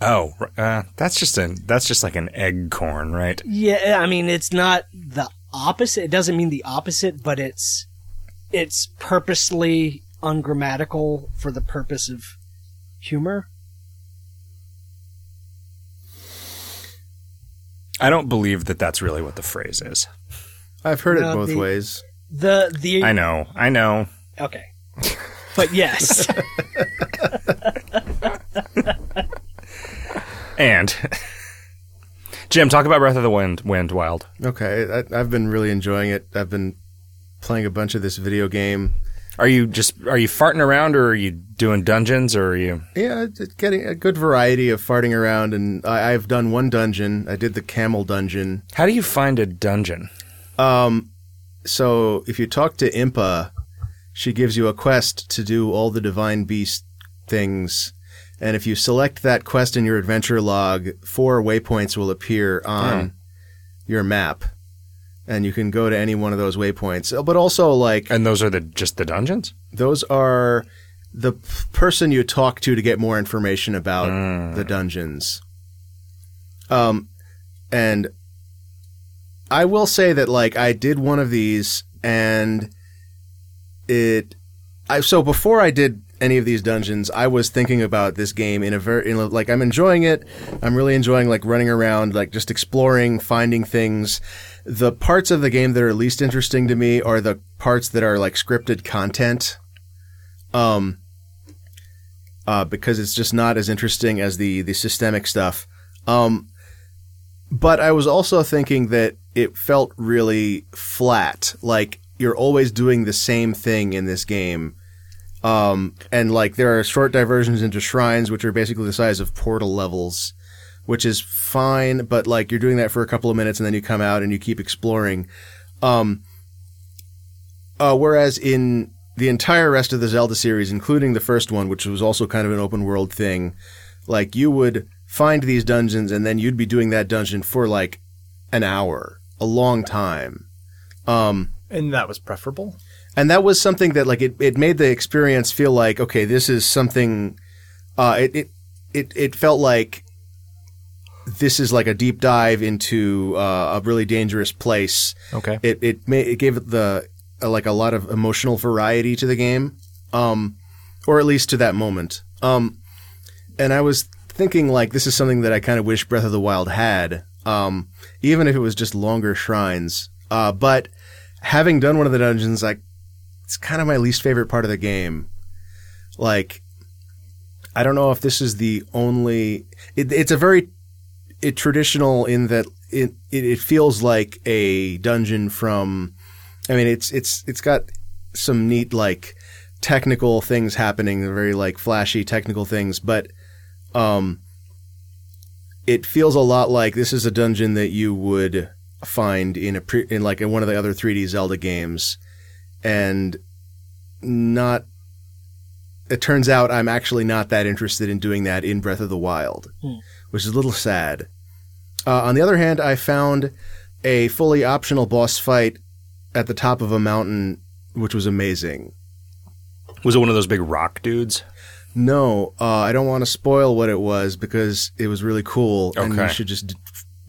Oh, uh, that's just an that's just like an egg corn, right?
Yeah, I mean it's not the opposite. It doesn't mean the opposite, but it's it's purposely ungrammatical for the purpose of humor.
I don't believe that that's really what the phrase is.
I've heard
No,
it both
the-
ways.
The the
I know, I know.
okay, but
(laughs)
yes,
And (laughs) Jim, talk about Breath of the Wind, Wind Wild.
Okay, I, I've been really enjoying it. I've been playing a bunch of this video game.
Are you just are you farting around, or are you doing dungeons, or are you?
Yeah, it's- it's getting a good variety of farting around, and I, I've done one dungeon. I did the camel dungeon.
How do you find a dungeon?
Um, so if you talk to Impa, she gives you a quest to do all the divine beast things, and if you select that quest in your adventure log, four waypoints will appear on your map, and you can go to any one of those waypoints. Uh, But also, like
And those are the just the dungeons.
those are the p- person you talk to to get more information
Uh,
about
Hmm.
the dungeons. Um, and I will say that like I did one of these, and it, I so before I did any of these dungeons, I was thinking about this game in a very in, a- like I'm enjoying it. I'm really enjoying like running around, like just exploring, finding things. The parts of the game that are least interesting to me are the parts that are like scripted content. Um, uh, because it's just not as interesting as the the systemic stuff. Um, but I was also thinking that it felt really flat. Like you're always doing the same thing in this game. Um, and like there are short diversions into shrines, which are basically the size of portal levels, which is fine. But like you're doing that for a couple of minutes, and then you come out and you keep exploring. Um, uh, whereas in the entire rest of the Zelda series, including the first one, which was also kind of an open world thing, like you would find these dungeons and then you'd be doing that dungeon for like an hour, a long time. Um,
And that was preferable.
and that was something that like it, it made the experience feel like okay this is something uh it it it, it felt like this is like a deep dive into uh, a really dangerous place
Okay.
it it ma- it gave it the uh, like a lot of emotional variety to the game, um, or at least to that moment. Um, and I was thinking like this is something that I kind of wish Breath of the Wild had, um, even if it was just longer shrines. Uh, but having done one of the dungeons, like it's kind of my least favorite part of the game. Like, I don't know if this is the only. It, it's a very it traditional in that it, it it feels like a dungeon from I mean it's it's it's got some neat like technical things happening, they're very like flashy technical things, but um it feels a lot like this is a dungeon that you would find in a pre- in like in one of the other 3D Zelda games and not it turns out I'm actually not that interested in doing that in Breath of the Wild,
Hmm.
which is a little sad. Uh, on the other hand, I found a fully optional boss fight at the top of a mountain, which was amazing.
Was it one of those big rock dudes?
No, uh, I don't want to spoil what it was because it was really cool, and you
Okay.
should just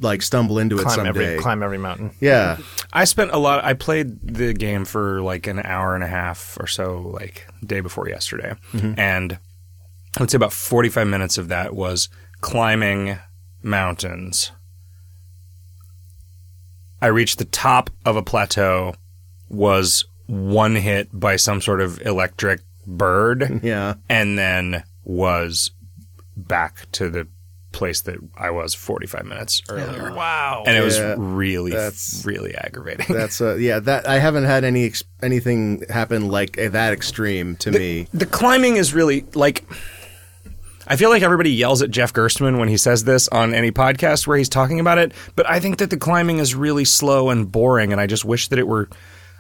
like stumble into it
Climb
someday.
every climb every mountain.
yeah, (laughs)
I spent a lot. I played the game for like an hour and a half or so, like day before yesterday,
Mm-hmm.
and I would say about forty-five minutes of that was climbing mountains. I reached the top of a plateau, was one hit by some sort of electric
(laughs)
bird,
yeah.
and then was back to the place that I was forty-five minutes earlier.
Wow.
And it was
Yeah,
really,
that's-
really aggravating.
That's uh, yeah. That I haven't had any ex- anything happen like uh, that extreme to me.
the climbing is really like I feel like everybody yells at Jeff Gerstmann when he says this on any podcast where he's talking about it, but I think that the climbing is really slow and boring and I just wish that it were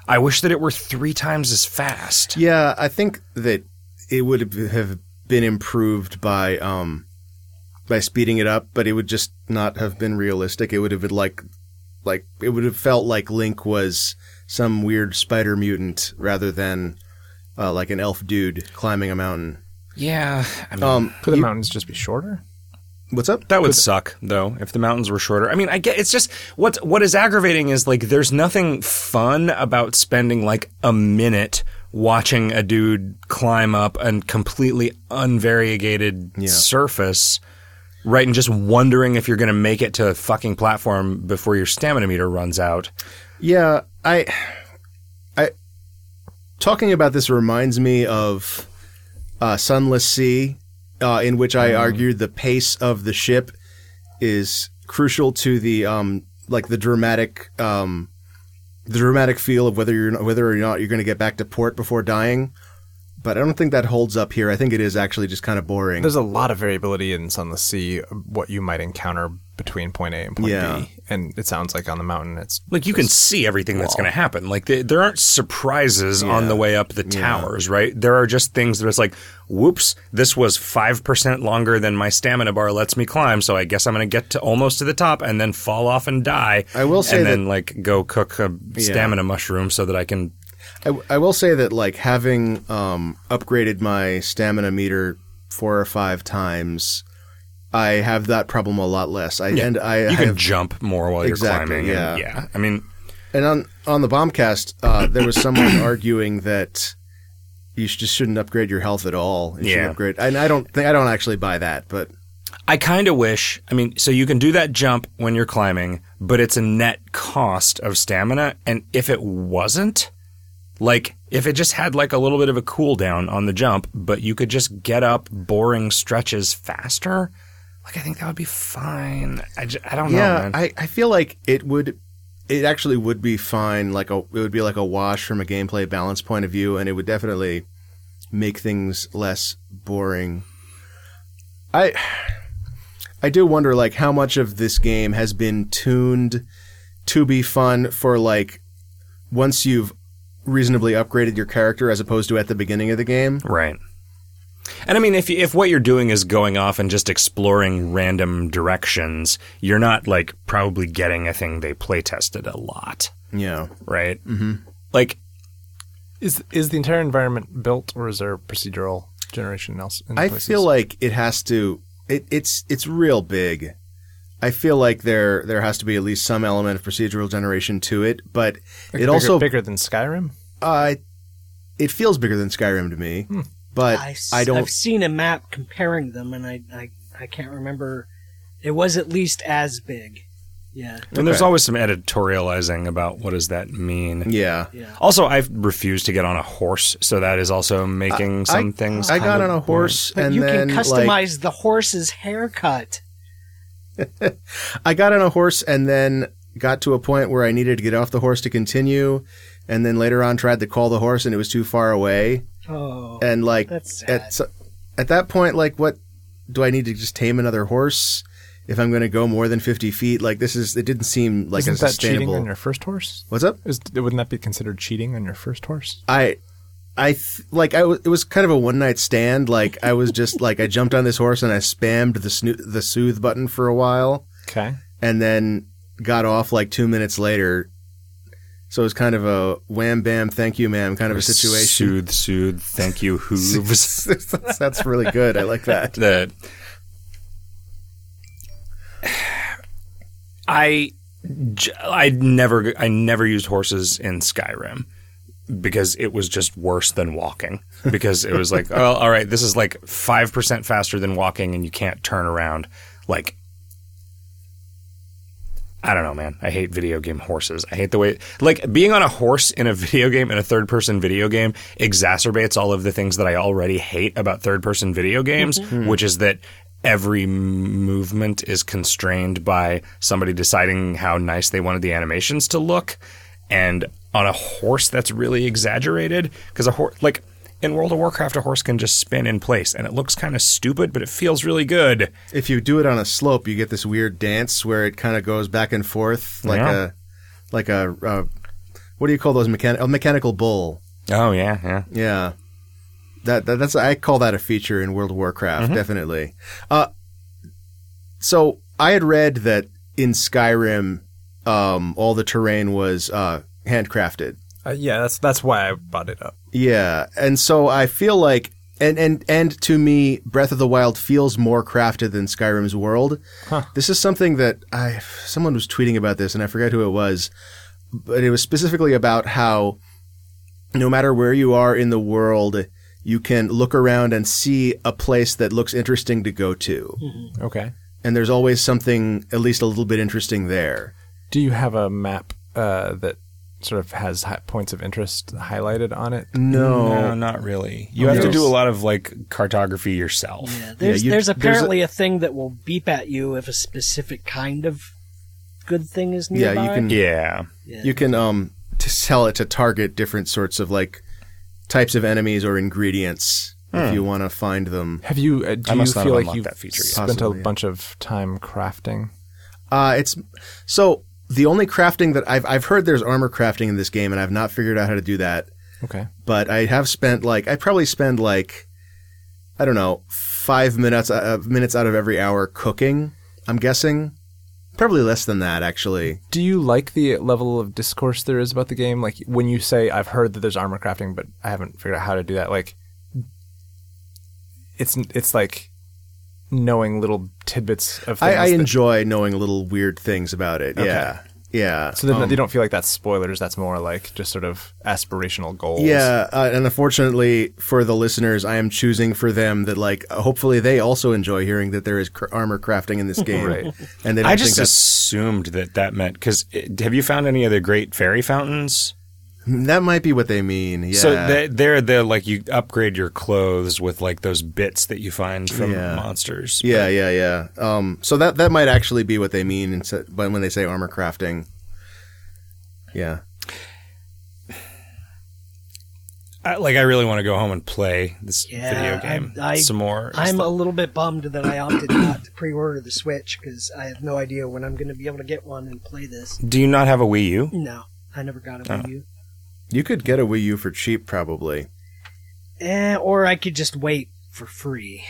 I wish that it were 3 times as fast.
Yeah, I think that it would have been improved by um by speeding it up, but it would just not have been realistic. It would have been like like it would have felt like Link was some weird spider mutant rather than uh, like an elf dude climbing a mountain.
Yeah. I mean,
Um,
Could the
you-
mountains just be shorter?
what's up?
that would suck though if the mountains were shorter. I mean, I get it's just what what is aggravating is like there's nothing fun about spending like a minute watching a dude climb up a completely unvariegated surface right and just wondering if you're going to make it to a fucking platform before your stamina meter runs out.
Yeah, I, I, talking about this reminds me of uh, Sunless Sea, uh, in which I argued the pace of the ship is crucial to the um, like the dramatic, um, the dramatic feel of whether you're whether or not you're going to get back to port before dying. But I don't think that holds up here. I think it is actually just kind of boring.
There's a lot of variability in Sunless Sea, what you might encounter between point A and point
Yeah.
B. And it sounds like on the mountain, it's
Like you can see everything that's going to happen. Like th there aren't surprises on the way up the towers, right? There are just things that it's like, whoops, this was five percent longer than my stamina bar lets me climb, so I guess I'm going to get to almost to the top and then fall off and die.
I will say
and then like go cook a stamina mushroom so that I can.
I, I will say that like having um, upgraded my stamina meter four or five times, I have that problem a lot less. I and I,
You
I
can
have,
jump more while
Exactly,
you're climbing. and-
yeah.
yeah. I mean,
and on on the bombcast, uh, there was someone (coughs) arguing that you sh- just shouldn't upgrade your health at all. You should
Yeah.
upgrade, and I don't think I don't actually buy that, but
I kind of wish. I mean, so you can do that jump when you're climbing, but it's a net cost of stamina. And if it wasn't, like, if it just had like a little bit of a cooldown on the jump, but you could just get up boring stretches faster, like, I think that would be fine. I, ju- I don't know,
yeah,
man.
I, I feel like it would. It actually would be fine. Like a, it would be like a wash from a gameplay balance point of view, and it would definitely make things less boring. I, I do wonder like how much of this game has been tuned to be fun for like once you've reasonably upgraded your character as opposed to at the beginning of the game.
Right. And I mean, if if what you're doing is going off and just exploring random directions, you're not like probably getting a thing they play tested a lot,
Yeah.
right? Mm-hmm. Like,
Is is the entire environment built or is there procedural generation else? In
I
places?
feel like it has to. It, it's it's real big. I feel like there there has to be at least some element of procedural generation to it, but it
bigger,
also
bigger than Skyrim.
uh, it feels bigger than Skyrim to me.
Hmm.
But
I,
I,
s-
don't.
I've seen a map comparing them, and I, I, I can't remember. It was at least as big. Yeah.
And there's
Okay.
always some editorializing about what does that mean.
yeah,
Yeah.
Also, I refuse to get on a horse, so that is also making some
I-
things.
I
kind
got
of
on a horse
But
and
you
then
can
like
customize the horse's haircut.
I got on a horse and then got to a point where I needed to get off the horse to continue, and then later on tried to call the horse and it was too far away,
Oh,
and like
that's sad.
at so- at that point, like, what do I need to just tame another horse if I'm going to go more than fifty feet? Like, this is it didn't seem like
Isn't
a
that cheating
sustainable.
on your first horse?
What's up?
Is, wouldn't that be considered cheating on your first horse?
I. I th- like I w- it was kind of a one night stand. Like I was just like I jumped on this horse and I spammed the snoo- the soothe button for a while,
Okay.
and then got off like two minutes later. So it was kind of a wham bam thank you ma'am kind of a situation.
Soothe, soothe. Thank
(laughs)
you, hooves.
That's really good. I like that.
the I j- I never I never used horses in Skyrim because it was just worse than walking because it was
(laughs)
like oh all right this is like 5% faster than walking and you can't turn around like I don't know man I hate video game horses I hate the way like being on a horse in a (laughs) video game in a third person video game exacerbates all of the things that I already hate about third person video games which is that every m- movement is constrained by somebody deciding how nice they wanted the animations to look and on a horse that's really exaggerated because a horse like in World of Warcraft a horse can just spin in place and it looks kind of stupid but it feels really good
if you do it on a slope, you get this weird dance where it kind of goes back and forth like
Yeah.
a like a uh, what do you call those mechan- a mechanical bull?
oh yeah yeah
Yeah, that, that that's I call that a feature in World of Warcraft definitely. Uh, so I had read that in Skyrim, um, all the terrain was uh, handcrafted.
Uh, yeah, that's that's why I brought it up.
Yeah, and so I feel like and and and to me, Breath of the Wild feels more crafted than Skyrim's world. This is something that I someone was tweeting about this, and I forget who it was, but it was specifically about how no matter where you are in the world, you can look around and see a place that looks interesting to go to,
Okay.
and there's always something at least a little bit interesting there.
Do you have a map uh, that sort of has hi- points of interest highlighted on
Mm.
it?
No, not really. You have to do a lot of like cartography yourself.
Yeah, there's
you-
there's
there's a-
apparently a, thing that will beep at you if a specific kind of good thing is
Yeah,
nearby.
you can
Yeah.
you can um t- tell it to target different sorts of like types of enemies or ingredients
Hmm.
if you want to find them.
Have you? Uh, do
I
you
must not
feel
have
like
unlocked
you've
that feature yet.
spent
Possibly,
a
yeah.
bunch of time crafting?
Uh, it's so the only crafting that I've I've heard there's armor crafting in this game, and I've not figured out how to do that.
Okay.
But I have spent like I probably spend like I don't know five minutes uh, minutes out of every hour cooking. I'm guessing probably less than that actually.
Do you like the level of discourse there is about the game? Like when you say, "I've heard that there's armor crafting, but I haven't figured out how to do that." Like, it's it's like knowing little tidbits of things.
I, I
that-
enjoy knowing little weird things about it.
Okay.
Yeah, yeah.
so then you don't feel like that's spoilers. That's more like just sort of aspirational goals.
Yeah, uh, and unfortunately for the listeners, I am choosing for them that like uh, hopefully they also enjoy hearing that there is cr- armor
(laughs)
crafting in this game,
Right.
and they don't
I
think
just
that's,
assumed that that meant because have you found any of the great fairy fountains?
that might be what they mean. Yeah,
So they, they're the like you upgrade your clothes with like those bits that you find from
Yeah.
monsters.
yeah, yeah, yeah. Um, so that that might actually be what they mean instead, but when they say armor crafting, yeah,
I, like I really want to go home and play this
Yeah,
video game
I- I-
some more.
I'm a little bit bummed that I opted not to pre-order the Switch because I have no idea when I'm going to be able to get one and play this.
Do you not have a Wii U?
No, I never got a
Oh.
Wii U.
you could get a Wii U for cheap probably,
Eh, or I could just wait for free.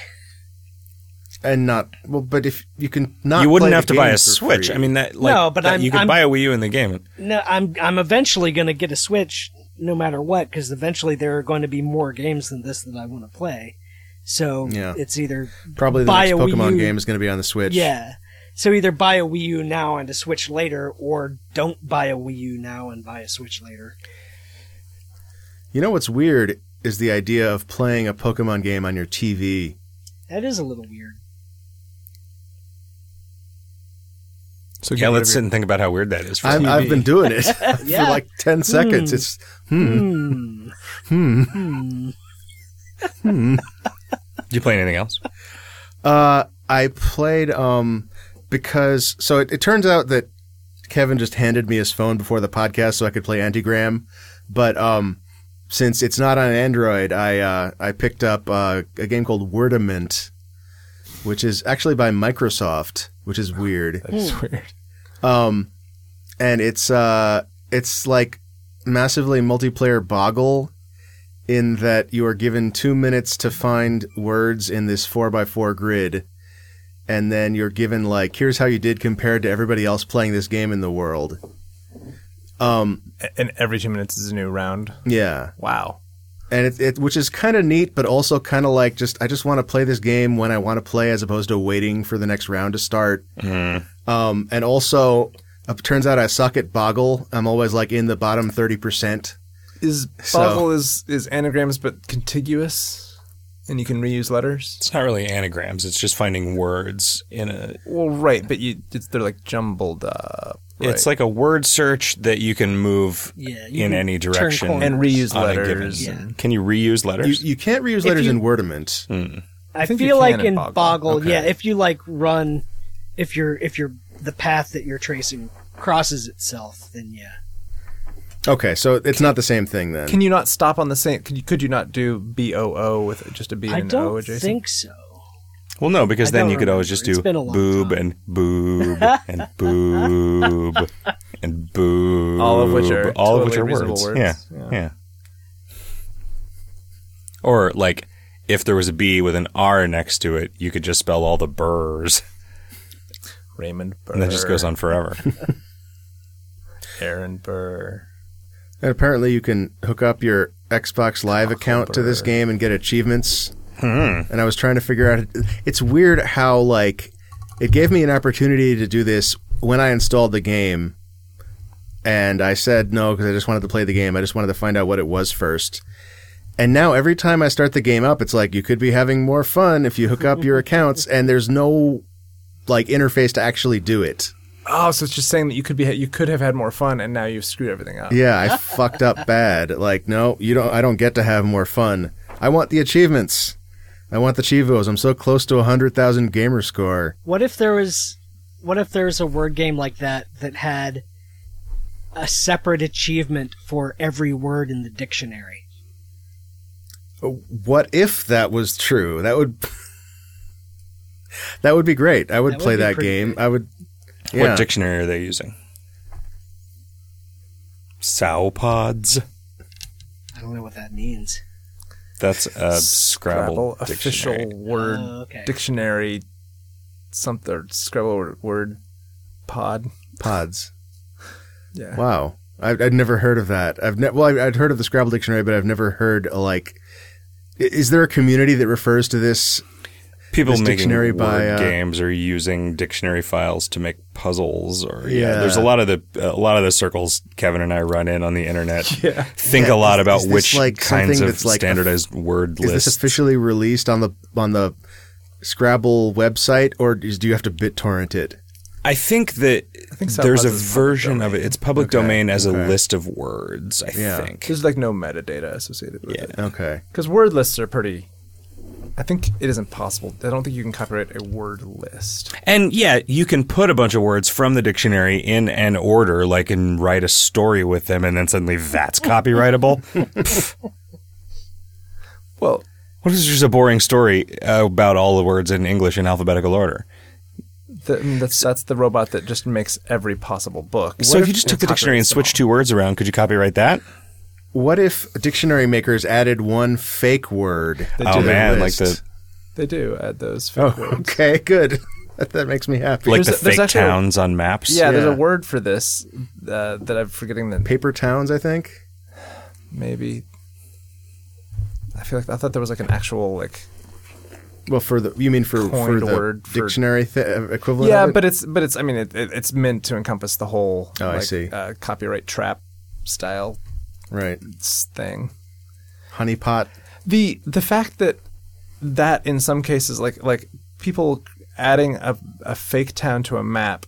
and not well, but if you can not,
you
play
wouldn't
the
have to buy
game
a
for
Switch.
free.
I mean that. Like,
No, but
that-
I'm-
you can
I'm-
buy a Wii U in the game.
No, I'm I'm eventually going to get a Switch no matter what because eventually there are going to be more games than this that I want to play. So
Yeah.
it's either
probably the
buy
next
a Wii
Pokemon
U.
game is going to be on the Switch.
Yeah. So either buy a Wii U now and a Switch later, or don't buy a Wii U now and buy a Switch later.
You know what's weird is the idea of playing a Pokemon game on your TV.
That is a little weird.
So
Yeah,
get rid
let's
of
sit and think about how weird that is. For
I'm,
you.
I've been doing it (laughs)
Yeah.
for like 10 seconds. It's, hmm,
Hmm.
hmm,
Hmm.
hmm.
Do you play anything else?
Uh, I played um, because, so it, it turns out that Kevin just handed me his phone before the podcast so I could play Antigram. But um, since it's not on Android, I, uh, I picked up uh, a game called Wordament, which is actually by Microsoft, which is weird.
That is weird.
Um, and it's uh, it's like massively multiplayer Boggle, in that you are given two minutes to find words in this four by four grid, and then you're given like here's how you did compared to everybody else playing this game in the world. Um,
A- And every two minutes is a new round.
yeah,
Wow.
and it, it which is kind of neat, but also kind of like just I just want to play this game when I want to play, as opposed to waiting for the next round to start. Um, and also, it turns out I suck at Boggle. I'm always like in the bottom thirty percent.
Is
So-
Boggle is is anagrams but contiguous, and you can reuse letters.
It's not really anagrams. It's just finding words in a.
Well, right, but you it's, they're like jumbled up. Right?
It's like a word search that you can move
Yeah, you
in
can
any
turn
direction
corners.
and reuse
on a
letters.
given-
and-
Can you reuse
You,
letters?
you can't reuse letters
you-
in Wordament.
I
think
feel
you
like
can in
in
Boggle.
Boggle,
Okay.
yeah, if you like run, if you're if you're the path that you're tracing crosses itself, then yeah.
Okay, so it's not the same thing then.
Can you not stop on the same? Could you, could you not do B O O with just a B
I
and an O
don't
adjacent?
think so.
well, no, because
I
then
don't
you could always
remember.
just
It's
do
been a long
boob
time.
and boob and boob and boob.
All of which are
all of which
totally
are
reasonable
words.
words.
Yeah.
Yeah.
yeah, Or like, if there was a B with an R next to it, you could just spell all the burrs,
Raymond Burr.
and that just goes on forever.
Aaron Burr.
And apparently, you can hook up your Xbox Live account to this game and get achievements. And I was trying to figure out. It's weird how like it gave me an opportunity to do this when I installed the game, and I said no because I just wanted to play the game. I just wanted to find out what it was first. And now every time I start the game up, it's like you could be having more fun if you hook up your accounts, and there's no like interface to actually do it.
Oh, so it's just saying that you could be you could have had more fun, and now you've screwed everything up.
Yeah, I fucked up bad. Like, no, you don't. I don't get to have more fun. I want the achievements. I want the chivos. I'm so close to a hundred thousand gamer score.
What if there was what if there was a word game like that that had a separate achievement for every word in the dictionary?
Oh, What if that was true? That would (laughs) that would be great. I would
That would
play
be
that
pretty
game.
good.
I would.
What
Yeah.
dictionary are they using? Sow pods.
I don't know what that means.
That's a Scrabble,
official
dictionary.
word
Oh, okay.
dictionary, something Scrabble word, word pod.
Pods.
Yeah.
Wow. I, I'd never heard of that. I've ne- well, I, I'd heard of the Scrabble dictionary, but I've never heard uh, like. i- Is there a community that refers to this?
People
This
making
dictionary
word
by, uh,
games are using dictionary files to make puzzles, or yeah,
Yeah.
there's a lot of the a lot of the circles Kevin and I run in on the internet. Yeah. think
(laughs) Yeah,
a lot
is-
about
is this
which
like
kinds
something
of
that's like a-
standardized word
Is
lists.
this officially released on the on the Scrabble website, or is, do you have to BitTorrent it?
I think that
think Sow
there's
Pods
a
is public
version of
domain.
it. It's public
Okay,
domain as a
okay.
list of words. I
Yeah.
think.
There's like no metadata associated with
Yeah.
it.
Okay.
Because word lists are pretty. I think it is impossible. I don't think you can copyright a word list.
And yeah, you can put a bunch of words from the dictionary in an order, like and write a story with them, and then suddenly
(laughs)
that's copyrightable.
Well,
what is just a boring story about all the words in English in alphabetical order?
the, I mean, that's that's the robot that just makes every possible book.
so if you just took the dictionary and switched two words around, could you copyright that?
What if dictionary makers added one fake word?
They
Oh
do.
man,
list.
like the
they do add those. Fake
Oh,
words.
(laughs) okay, good. that, that makes me happy.
like
There's
the
a- there's
fake
actually a-
towns on maps.
Yeah, there's a
Yeah.
word for this uh, that I'm forgetting the
paper towns, I think.
maybe. I feel like I thought there was like an actual like.
Well, for the you mean for for
Coined
the
word for-
dictionary thi- uh, equivalent?
yeah,
of it?
but it's but it's I mean it, it, it's meant to encompass the whole
Oh, I
like,
see.
Uh, copyright trap style
right,
s- thing.
honeypot.
the the fact that that in some cases like like people adding a, a fake town to a map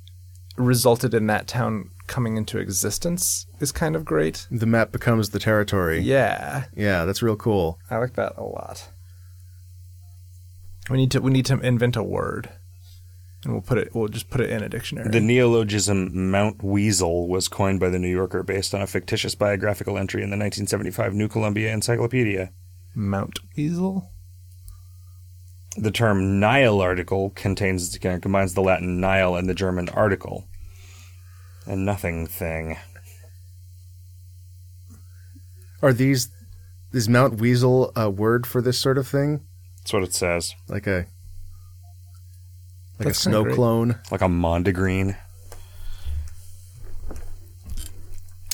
resulted in that town coming into existence is kind of great
The map becomes the territory.
yeah
Yeah, that's real cool.
i like that a lot we need to we need to invent a word and we'll put it we'll just put it in a dictionary
The neologism Mount Weasel was coined by the New Yorker based on a fictitious biographical entry in the 1975 New Columbia Encyclopedia.
mount weasel
The term Nile article contains combines the Latin Nile and the German article. A nothing thing.
Are these is Mount Weasel a word for this sort of thing?
That's what it says.
Like a like
That's
a
kinda
snow
great.
clone?
Like a mondegreen.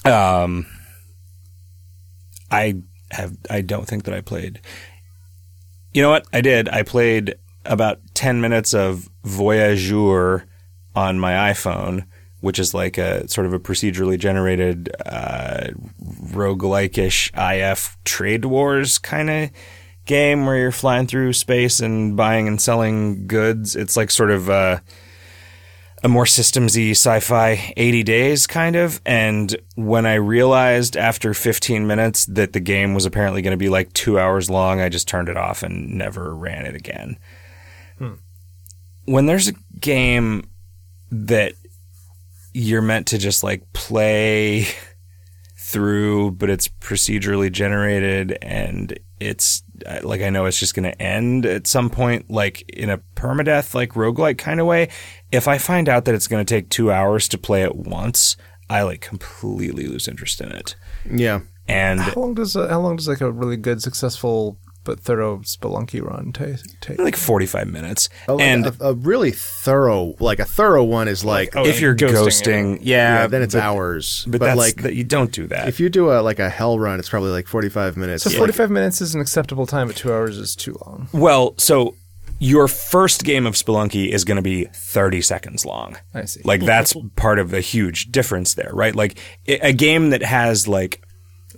Um, I have. I don't think that I played. You know what? I did. I played about ten minutes of Voyageur on my iPhone, which is like a sort of a procedurally generated uh, roguelike-ish IF trade wars kind of game where you're flying through space and buying and selling goods. It's like sort of. Uh, a more systemsy sci-fi 80 days kind of and when i realized after 15 minutes that the game was apparently going to be like 2 hours long i just turned it off and never ran it again when there's a game that you're meant to just like play through but it's procedurally generated and it's I- like I know it's just going to end at some point like in a permadeath like roguelike kind of way if I find out that it's going to take 2 hours to play it once I like completely lose interest in it
Yeah.
and
Ah.
how long does a, how long does like a really good successful but thorough spelunky run ta- take.
like 45 minutes.
A- Oh, like uh,
and
a, a really thorough, like a thorough one is like,
oh,
yeah,
if you're ghosting,
ghosting
yeah,
then it's
but,
hours.
But, that's,
like,
like, that you don't do that.
if you do a like a hell run, it's probably like forty five minutes.
So
Like,
45 minutes is an acceptable time, but two hours is too long.
Well, so your first game of Spelunky is going to be 30 seconds long.
I see.
Like that's part of the huge difference there, right? Like i- a game that has like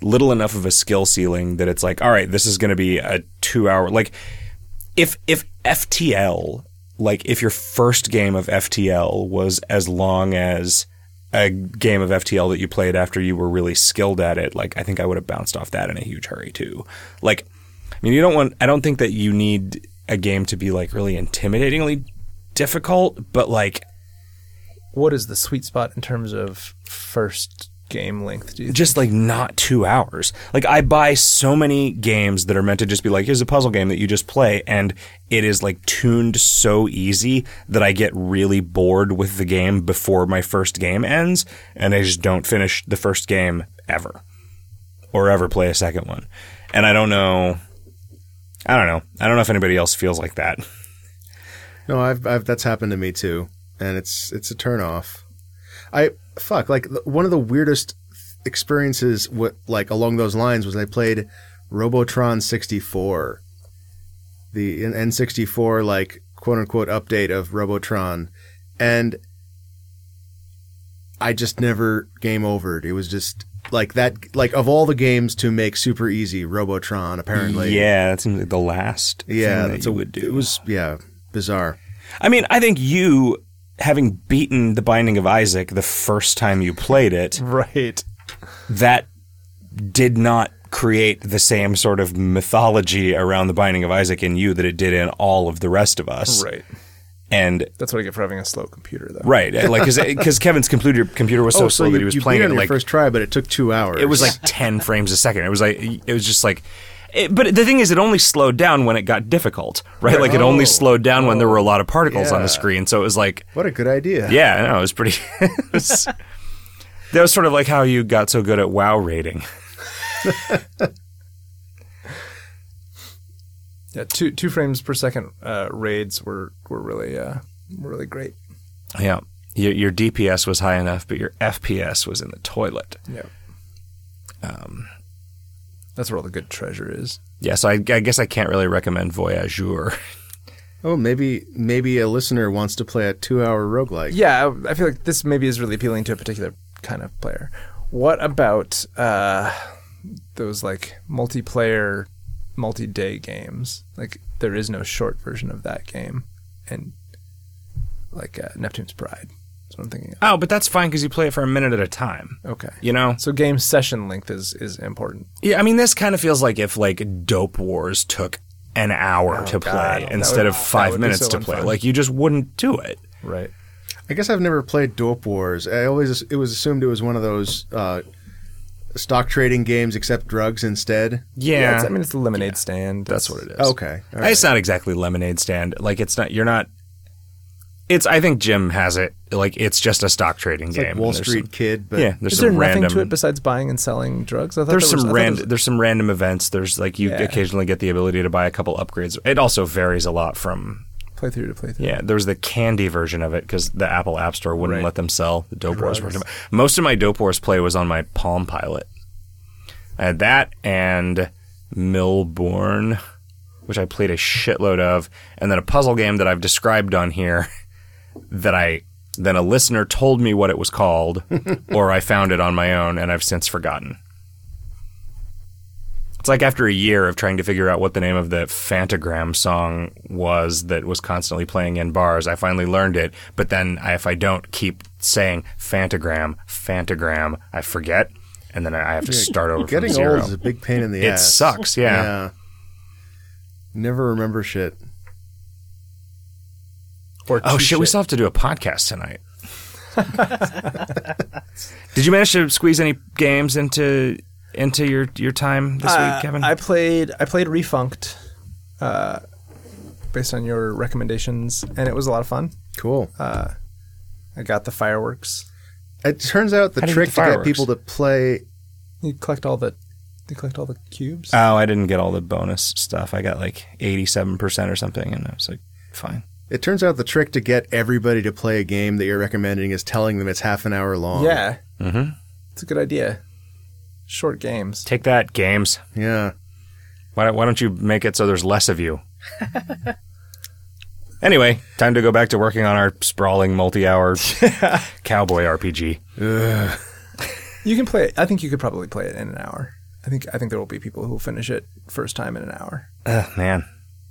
little enough of a skill ceiling that it's like, all right, this is going to be a 2 hour like if if FTL, like if your first game of FTL was as long as a game of FTL that you played after you were really skilled at it, like I think I would have bounced off that in a huge hurry too. Like I mean, you don't want I don't think that you need a game to be like really intimidatingly difficult, but like
What is the sweet spot in terms of first game length? Do you
just like not two hours. Like I buy so many games that are meant to just be like, here's a puzzle game that you just play, and it is like tuned so easy that I get really bored with the game before my first game ends, and I just don't finish the first game ever, or ever play a second one. And I don't know, I don't know, I don't know if anybody else feels like that.
No, I've, I've that's happened to me too, and it's it's a turnoff. I fuck like th- one of the weirdest experiences what like along those lines was I played Robotron 64, the N- N64 like quote unquote update of Robotron, and I just never game overed. It was just like that like of all the games to make super easy, Robotron apparently.
yeah, that seems like the last.
yeah,
thing that
that's
you
a-
would do.
It was yeah bizarre.
I mean, I think you having beaten the Binding of Isaac the first time you played it,
(laughs) right.
that did not create the same sort of mythology around the Binding of Isaac in you that it did in all of the rest of us.
Right.
And
That's what I get for having a slow computer, though.
right, like because Kevin's computer computer was so
oh,
slow
so you,
that he was
you
playing
beat
it
on your
like
first try, but it took two hours.
It was
(laughs)
like 10 frames a second. It was like, it was just like, it, but the thing is, it only slowed down when it got difficult, right? Like, it only
Oh,
slowed down when there were a lot of particles on the screen. So it was like,
what a good idea.
yeah, I know. It was pretty. (laughs) it was- that was sort of like how you got so good at WoW rating.
Yeah, two two frames per second uh, raids were were really uh, were really great.
Yeah. Your, your DPS was high enough, but your FPS was in the toilet.
Yeah.
Um,
That's where all the good treasure is.
yeah, so I, I guess I can't really recommend Voyageur.
Oh, maybe maybe a listener wants to play a two-hour roguelike.
Yeah, I, I feel like this maybe is really appealing to a particular kind of player. What about uh, those like multiplayer, multi-day games? Like there is no short version of that game, and like uh, Neptune's Pride. That's what I'm thinking.
Oh, but that's fine because you play it for a minute at a time.
Of. Okay.
You know?
So game session length is is important.
Yeah, I mean, this kind of feels like if like Dope Wars took an hour to play
Oh, that
instead
would-
of
that would
five
be
minutes
so
to play.
unfun.
Like you just wouldn't do it.
Right.
I guess I've never played Dope Wars. I always it was assumed it was one of those uh, stock trading games, except drugs instead.
Yeah,
it's, I mean, it's the lemonade stand.
that's what it is.
Okay, all right.
It's not exactly lemonade stand. Like it's not. You're not. It's. I think Jim has it. Like it's just a stock trading
It's
game.
like
and
Wall
there's
Street
some-
Kid, but
yeah, there's
Is
some
there nothing
random.
to it besides buying and selling drugs? I thought
there's
there
some
was- I thought
random.
there was-
there's some random events. There's like you
Yeah.
occasionally get the ability to buy a couple upgrades. It also varies a lot from.
playthrough to playthrough.
Yeah, there was the candy version of it because the Apple App Store wouldn't
Right.
let them sell the Dope Wars version. Most of my Dope Wars play was on my Palm Pilot. I had that and Millborn, which I played a shitload of, and then a puzzle game that I've described on here that I then a listener told me what it was
(laughs)
called, or I found it on my own and I've since forgotten. It's like after a year of trying to figure out what the name of the Fantagram song was that was constantly playing in bars, I finally learned it. But then, I, if I don't keep saying Fantagram, Fantagram, I forget, and then I have to start over from
getting
zero.
old is a big pain in the
It
ass.
sucks, yeah.
Never remember shit.
Or
Oh
two
shit, we still have to do a podcast tonight. Did you manage to squeeze any games into into your your time this
Uh,
week, Kevin?
I played I played Refunked, uh, based on your recommendations, and it was a lot of fun.
Cool.
Uh,
I got the fireworks.
it turns out the
How do you
trick
get
to get
fireworks?
people to play
You collect all the you collect all the cubes?
Oh, I didn't get all the bonus stuff. I got like 87% or something. And I was like, fine.
It turns out the trick to get everybody to play a game that you're recommending is telling them it's half an hour long.
yeah,
Mm-hmm.
it's a good idea. Short games.
Take that, games.
Yeah.
Why, why don't you make it so there's less of
(laughs)
you? anyway, time to go back to working on our sprawling multi (laughs) hour cowboy RPG.
Ugh.
You can play it. I think you could probably play it in an hour. I think I think there will be people who will finish it first time in an hour.
Ugh, man.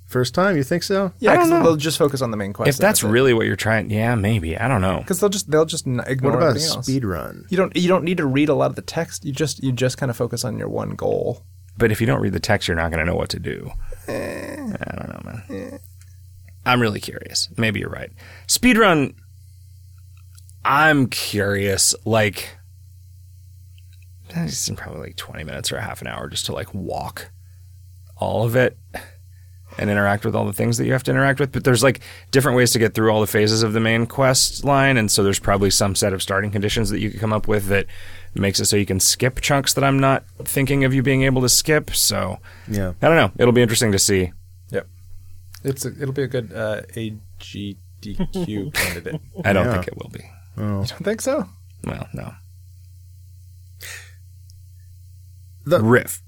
First time, you think so?
Yeah,
don't
because
know.
they'll just focus on the main quest.
If that's really what you're trying, yeah, maybe. I don't know.
because they'll just they'll just n- ignore
What about a
everything else.
speed run?
You don't you don't need to read a lot of the text. You just you just kind of focus on your one goal.
But if you don't read the text, you're not going to know what to do. I don't know, man. I'm really curious. Maybe you're right. Speedrun, I'm curious. Like, it's in probably like 20 minutes or a half an hour just to like walk all of it and interact with all the things that you have to interact with. But there's like different ways to get through all the phases of the main quest line. And so there's probably some set of starting conditions that you could come up with that makes it so you can skip chunks that I'm not thinking of you being able to skip. So
Yeah.
I don't know. It'll be interesting to see.
It's a, it'll be a good uh, AGDQ candidate.
I don't
Yeah.
think it will be.
Oh.
Don't think so.
Well, no.
The-
riff.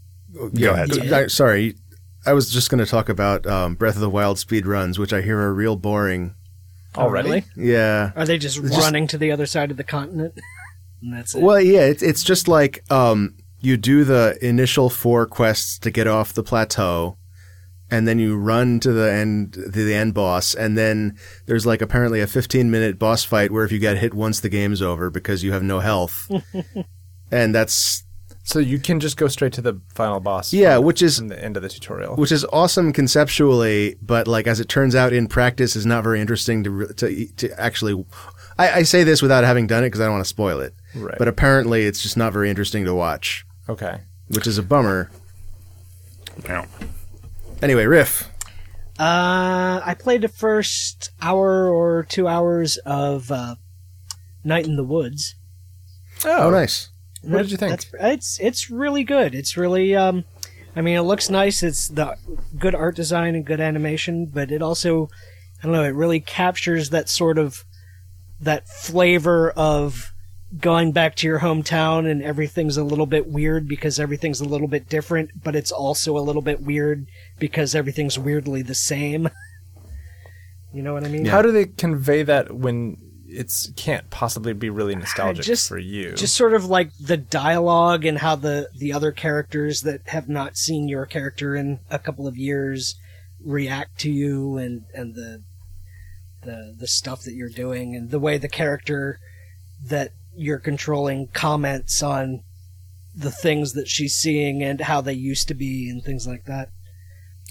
Yeah.
ahead,
I- I- sorry. I was just going to talk about um, Breath of the Wild speed runs, which I hear are real boring.
Already?
really?
Yeah.
Are they just
just-
running to the other side of the continent? (laughs) and that's it.
Well, yeah, it's it's just like um, you do the initial four quests to get off the plateau, and then you run to the end to the end boss, and then there's like apparently a 15 minute boss fight where if you get hit once, the game's over because you have
(laughs)
no health, and that's
So you can just go straight to the final boss.
yeah,
from,
which is
from the end of the tutorial.
which is awesome conceptually, but like as it turns out in practice, is not very interesting to re- to, to actually. I, I say this without having done it because I don't want to spoil it,
right.
but apparently it's just not very interesting to watch,
okay.
which is a bummer.
No.
Anyway, riff.
Uh, I played the first hour or two hours of uh, Night in the Woods.
Oh, nice.
What did you think?
That's, it's it's really good. It's really um, I mean, it looks nice. It's the good art design and good animation, but it also, I don't know, it really captures that sort of that flavor of going back to your hometown and everything's a little bit weird because everything's a little bit different, but it's also a little bit weird because everything's weirdly the same. (laughs) you know what I mean?
How do they convey that when it's can't possibly be really nostalgic
Just-
for you?
just sort of like the dialogue and how the the other characters that have not seen your character in a couple of years react to you and and the the the stuff that you're doing and the way the character that you're controlling comments on the things that she's seeing and how they used to be and things like that.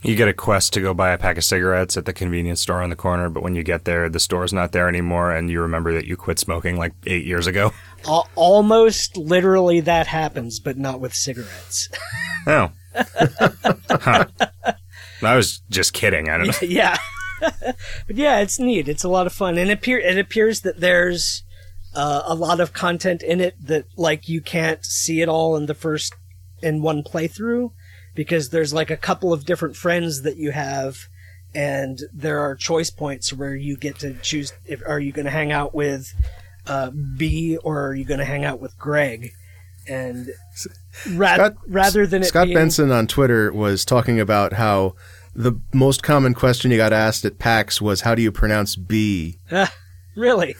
You get a quest to go buy a pack of cigarettes at the convenience store on the corner, but when you get there, the store's not there anymore, and you remember that you quit smoking like eight years ago. (laughs)
Al- almost literally that happens, but not with cigarettes.
(laughs)
Oh. Huh. I was just kidding. I don't
(laughs)
know.
yeah. but yeah, it's neat. It's a lot of fun, and it, appear- it appears that there's uh, a lot of content in it that like you can't see it all in the first in one playthrough because there's like a couple of different friends that you have. And there are choice points where you get to choose: if, are you going to hang out with uh, B or are you going to hang out with Greg? And ra-
Scott-
rather than it
Scott
being-
Benson on Twitter was talking about how the most common question you got asked at PAX was how do you pronounce B
really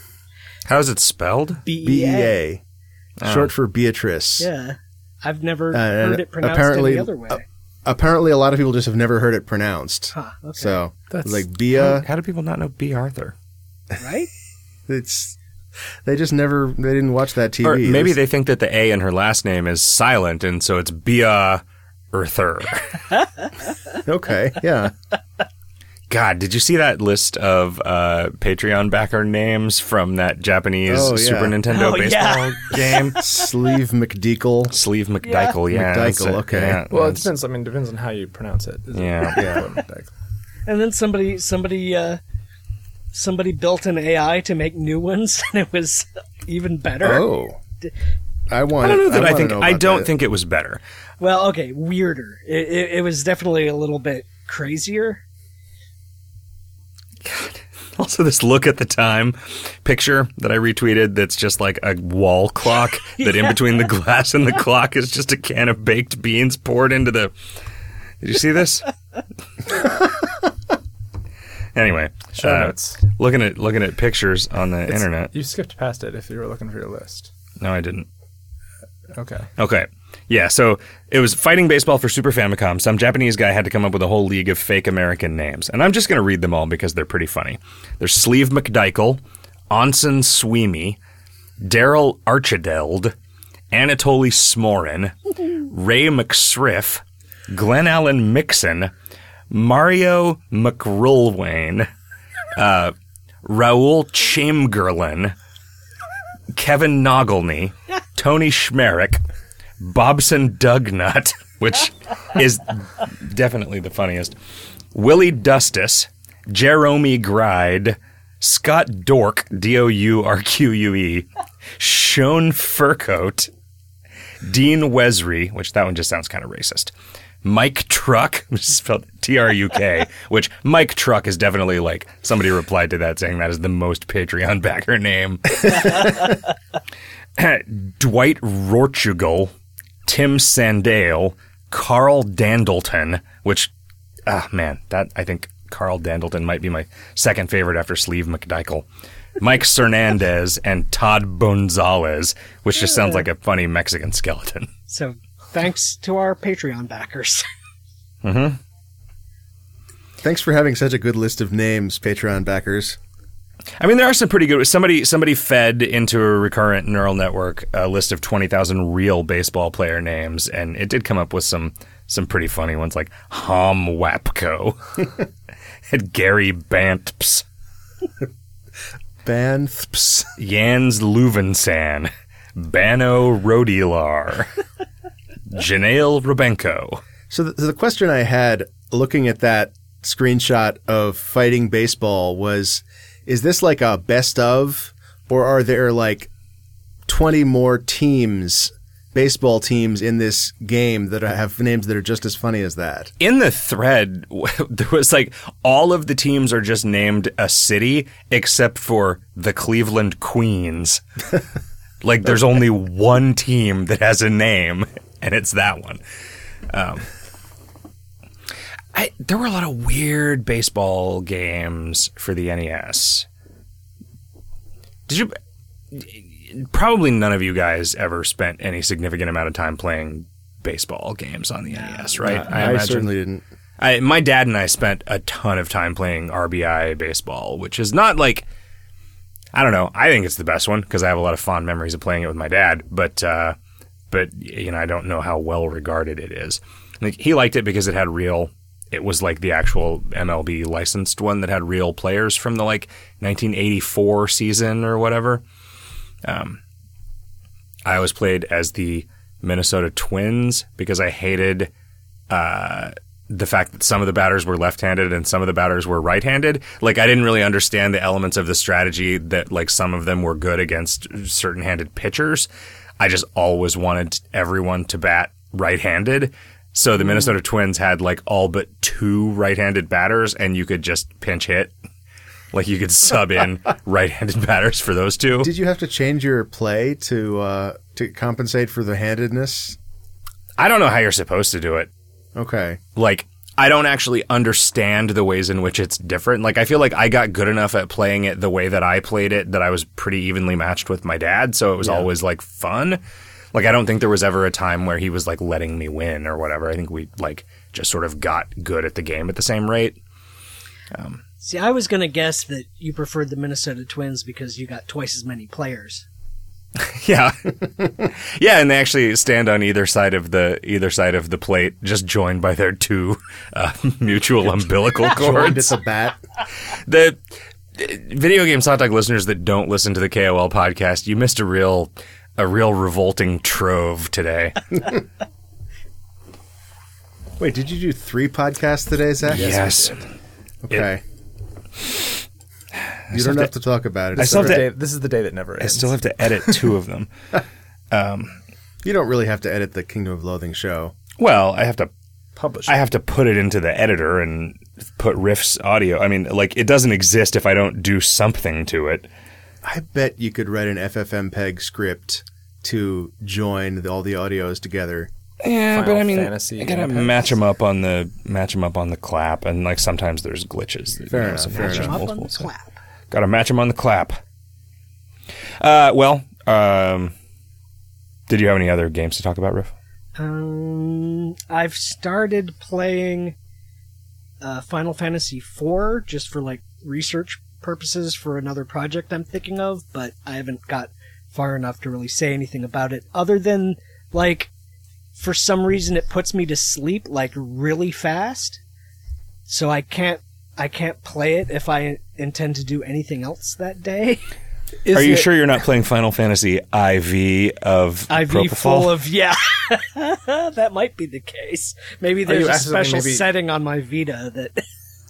How's it spelled?
B
B
E A.
A,
Oh.
short for Beatrice.
Yeah. I've never
Uh, and
heard it pronounced
apparently-
any other way.
uh, Apparently, a lot of people just have never heard it pronounced.
huh, okay.
So
That's-
like Bia,
How do people not know B. Arthur? (laughs)
right?
it's they just never they didn't watch that TV.
Or maybe
This-
they think that the A in her last name is silent, and so it's Bia Arthur.
(laughs) okay, yeah.
(laughs) God, did you see that list of uh, Patreon backer names from that Japanese
Oh, yeah.
Super Nintendo
Oh, yeah.
baseball (laughs) game?
Sleeve McDeagle.
Sleeve McDykel, yeah. that's
McDykel,
it.
okay.
Yeah,
well, it
that's-
depends. I mean, it depends on how you pronounce it.
Yeah.
(laughs)
Uh,
yeah.
And then somebody somebody uh (laughs) somebody built an AI to make new ones and it was even better.
Oh, I want.
I don't know that I,
wanna
think
know
I
about
don't
that.
think it was better.
Well, okay, weirder. It, it, it was definitely a little bit crazier.
(laughs) Also, this look at the time picture that I retweeted that's just like a wall clock
(laughs)
that in between the glass and the clock is just a can of baked beans poured into the. Did you see
(laughs)
this? anyway,
Show
uh,
notes.
looking at looking at pictures on the internet.
You skipped past it if you were looking for your list.
No, I didn't.
Okay.
Okay. Yeah, so it was fighting baseball for Super Famicom. Some Japanese guy had to come up with a whole league of fake American names. And I'm just going to read them all because they're pretty funny. There's Sleeve McDykel, Onsen Sweeney, Daryl Archideld, Anatoly Smorin, Ray McSriff, Glenn Allen Mixon, Mario McRulwain, uh, Raoul Chamberlain, Kevin Nogelny, Tony Schmerich, Bobson Dugnut, which is definitely the funniest, Willie Dustus, Jeremy Gride, Scott Dork, D O U R Q U E, Sean Furcoat, Dean Wesry, which that one just sounds kind of racist. Mike Truck, which is spelled T R U K, which Mike Truck is definitely like somebody replied to that saying that is the most Patreon backer name. (laughs) Dwight Rortugel, Tim Sandale, Carl Dandleton, which, ah, man, that I think Carl Dandleton might be my second favorite after Sleeve McDykel, Mike Cernandez, and Todd Bonzales, which just sounds like a funny Mexican skeleton.
So thanks to our Patreon backers. (laughs)
Thanks for having such a good list of names, Patreon backers.
I mean, there are some pretty good. Somebody somebody fed into a recurrent neural network a list of twenty thousand real baseball player names, and it did come up with some some pretty funny ones like Hom Wapko (laughs) and Gary Bantps,
Banthps.
Jans Luvensan, Bano Rodilar, Janelle Rubenko.
So the, so the question I had looking at that screenshot of fighting baseball was is this like a best of or are there like 20 more teams baseball teams in this game that have names that are just as funny as that
in the thread (laughs) there was like all of the teams are just named a city except for the Cleveland Queens. like there's only one team that has a name and it's that one. Um I, there were a lot of weird baseball games for the NES. Did you probably none of you guys ever spent any significant amount of time playing baseball games on the NES, right?
i,
imagine.
certainly didn't
I, my dad and I spent a ton of time playing RBI baseball, which is not like I don't know. I think it's the best one because I have a lot of fond memories of playing it with my dad. But uh, but you know, I don't know how well regarded it is. Like he liked it because it had real. It was like the actual MLB licensed one that had real players from the like 1984 season or whatever. I always played as the Minnesota Twins because I hated uh, the fact that some of the batters were left-handed and some of the batters were right-handed. Like I didn't really understand the elements of the strategy that like some of them were good against certain-handed pitchers. I just always wanted everyone to bat right-handed. So the Minnesota Twins had like all but two right-handed batters and you could just pinch hit. Like you could sub in right-handed batters for those two.
did you have to change your play to uh to compensate for the handedness
I don't know how you're supposed to do it.
okay
like I don't actually understand the ways in which it's different. Like I feel like I got good enough at playing it the way that I played it that I was pretty evenly matched with my dad, so it was always like fun. Like I don't think there was ever a time where he was like letting me win or whatever. I think we like just sort of got good at the game at the same rate. (laughs)
See, I was going to guess that you preferred the Minnesota Twins because you got twice as many players.
Yeah. (laughs) yeah, and they actually stand on either side of the either side of the plate just joined by their two uh, (laughs) mutual umbilical
(laughs) Joined at
cords.
the bat
the video game hot dog listeners that don't listen to the KOL podcast, you missed a real a real revolting trove today.
wait did you do three podcasts today zach
(laughs) yes. (sighs)
okay you
still
don't
have
have to talk about it
I
It's
still have
all
to-
right.
Day- this is the day that never
I
ends.
still have to edit two of them. Um
You don't really have to edit the Kingdom of Loathing show.
(laughs) Well, I have to
Publish.
I have to put it into the editor and put riffs audio. I mean, like it doesn't exist if I don't do something to it.
I bet you could write an FFmpeg script to join the, all the audios together.
Yeah,
Final
but I mean,
Fantasy
I gotta
impacts.
match them up on the match them up on the clap, and like sometimes there's glitches. That,
Fair
you know,
enough,
sometimes
fair
there's
enough.
Up on
multiple,
the
so-
clap.
Gotta match them on the clap. Uh, well, um, did you have any other games to talk about, Riff?
Um, I've started playing uh, Final Fantasy IV just for like research purposes for another project I'm thinking of, but I haven't got far enough to really say anything about it other than like for some reason it puts me to sleep like really fast. So I can't I can't play it if I intend to do anything else that day. (laughs)
Are you sure you're not playing Final Fantasy IV of
IV
propofol?
full of yeah. (laughs) that might be the case. Maybe there's
you
a
accidentally
special
maybe-
setting on my Vita that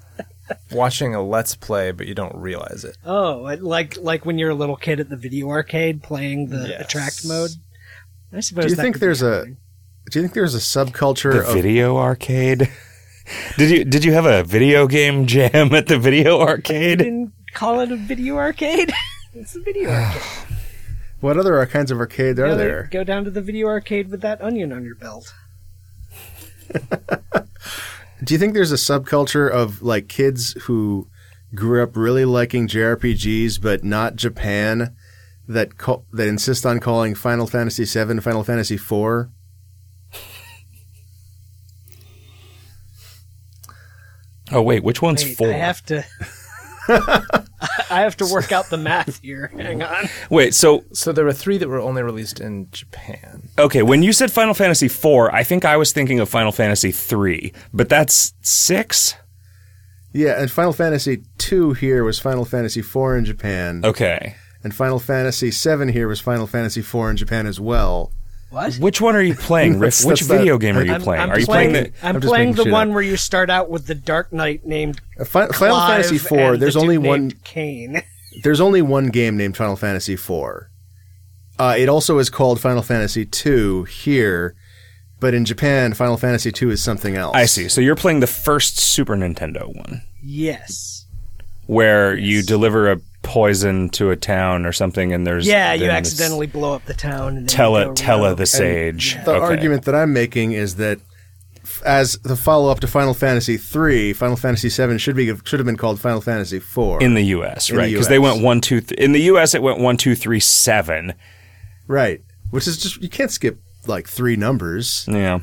(laughs)
Watching a Let's Play, but you don't realize it.
oh, it- like like when you're a little kid at the video arcade playing the
Yes.
attract mode. I suppose.
Do you
that
think
could be
there's a
happening.
do you think there's a subculture
the
of
video arcade? did you did you have a video game (laughs) jam at the video arcade?
Didn't call it a video arcade. (laughs) it's a
(sighs)
video arcade.
what other kinds of arcade are
Go-
there?
Go down to the video arcade with that onion on your belt.
Do you think there's a subculture of like kids who grew up really liking JRPGs but not Japan that ca- that insist on calling Final Fantasy VII Final Fantasy IV?
Oh wait, which one's
Wait,
four?
I have
(laughs)
to. I have to work out the math here. Hang on.
wait, so
So there were three that were only released in Japan.
okay, when you said Final Fantasy IV, I think I was thinking of Final Fantasy III, but that's six.
Yeah, and Final Fantasy II here was Final Fantasy IV in Japan,
Okay,
and Final Fantasy VII here was Final Fantasy IV in Japan as well.
What?
which one are
(laughs)
you playing, Riff?
That's-
Which
that's that-
video game are you
I'm,
playing?
I'm
are you
playing,
playing the?
I'm,
I'm just
playing
making
the
shit
one
up.
where you start out with the Dark Knight named
Uh, Fi- Final
Clive
Fantasy IV.
and
There's
the
only
dude
one.
named Kane. (laughs)
There's only one game named Final Fantasy IV. Uh, it also is called Final Fantasy II here, but in Japan, Final Fantasy II is something else.
I see. So you're playing the first Super Nintendo one.
Yes.
where you deliver a poison to a town or something, and there's
Yeah, you
then it's
accidentally blow up the town. And then you
Tella
go
Tella
rogue.
the Sage.
The
Okay.
argument that I'm making is that f- as the follow-up to Final Fantasy III, Final Fantasy VII should be should have been called Final Fantasy IV.
in the U.S.
In the
right? Because they
US.
went one two th- in the U.S. It went one two three seven.
right, which is just you can't skip like three numbers.
Yeah.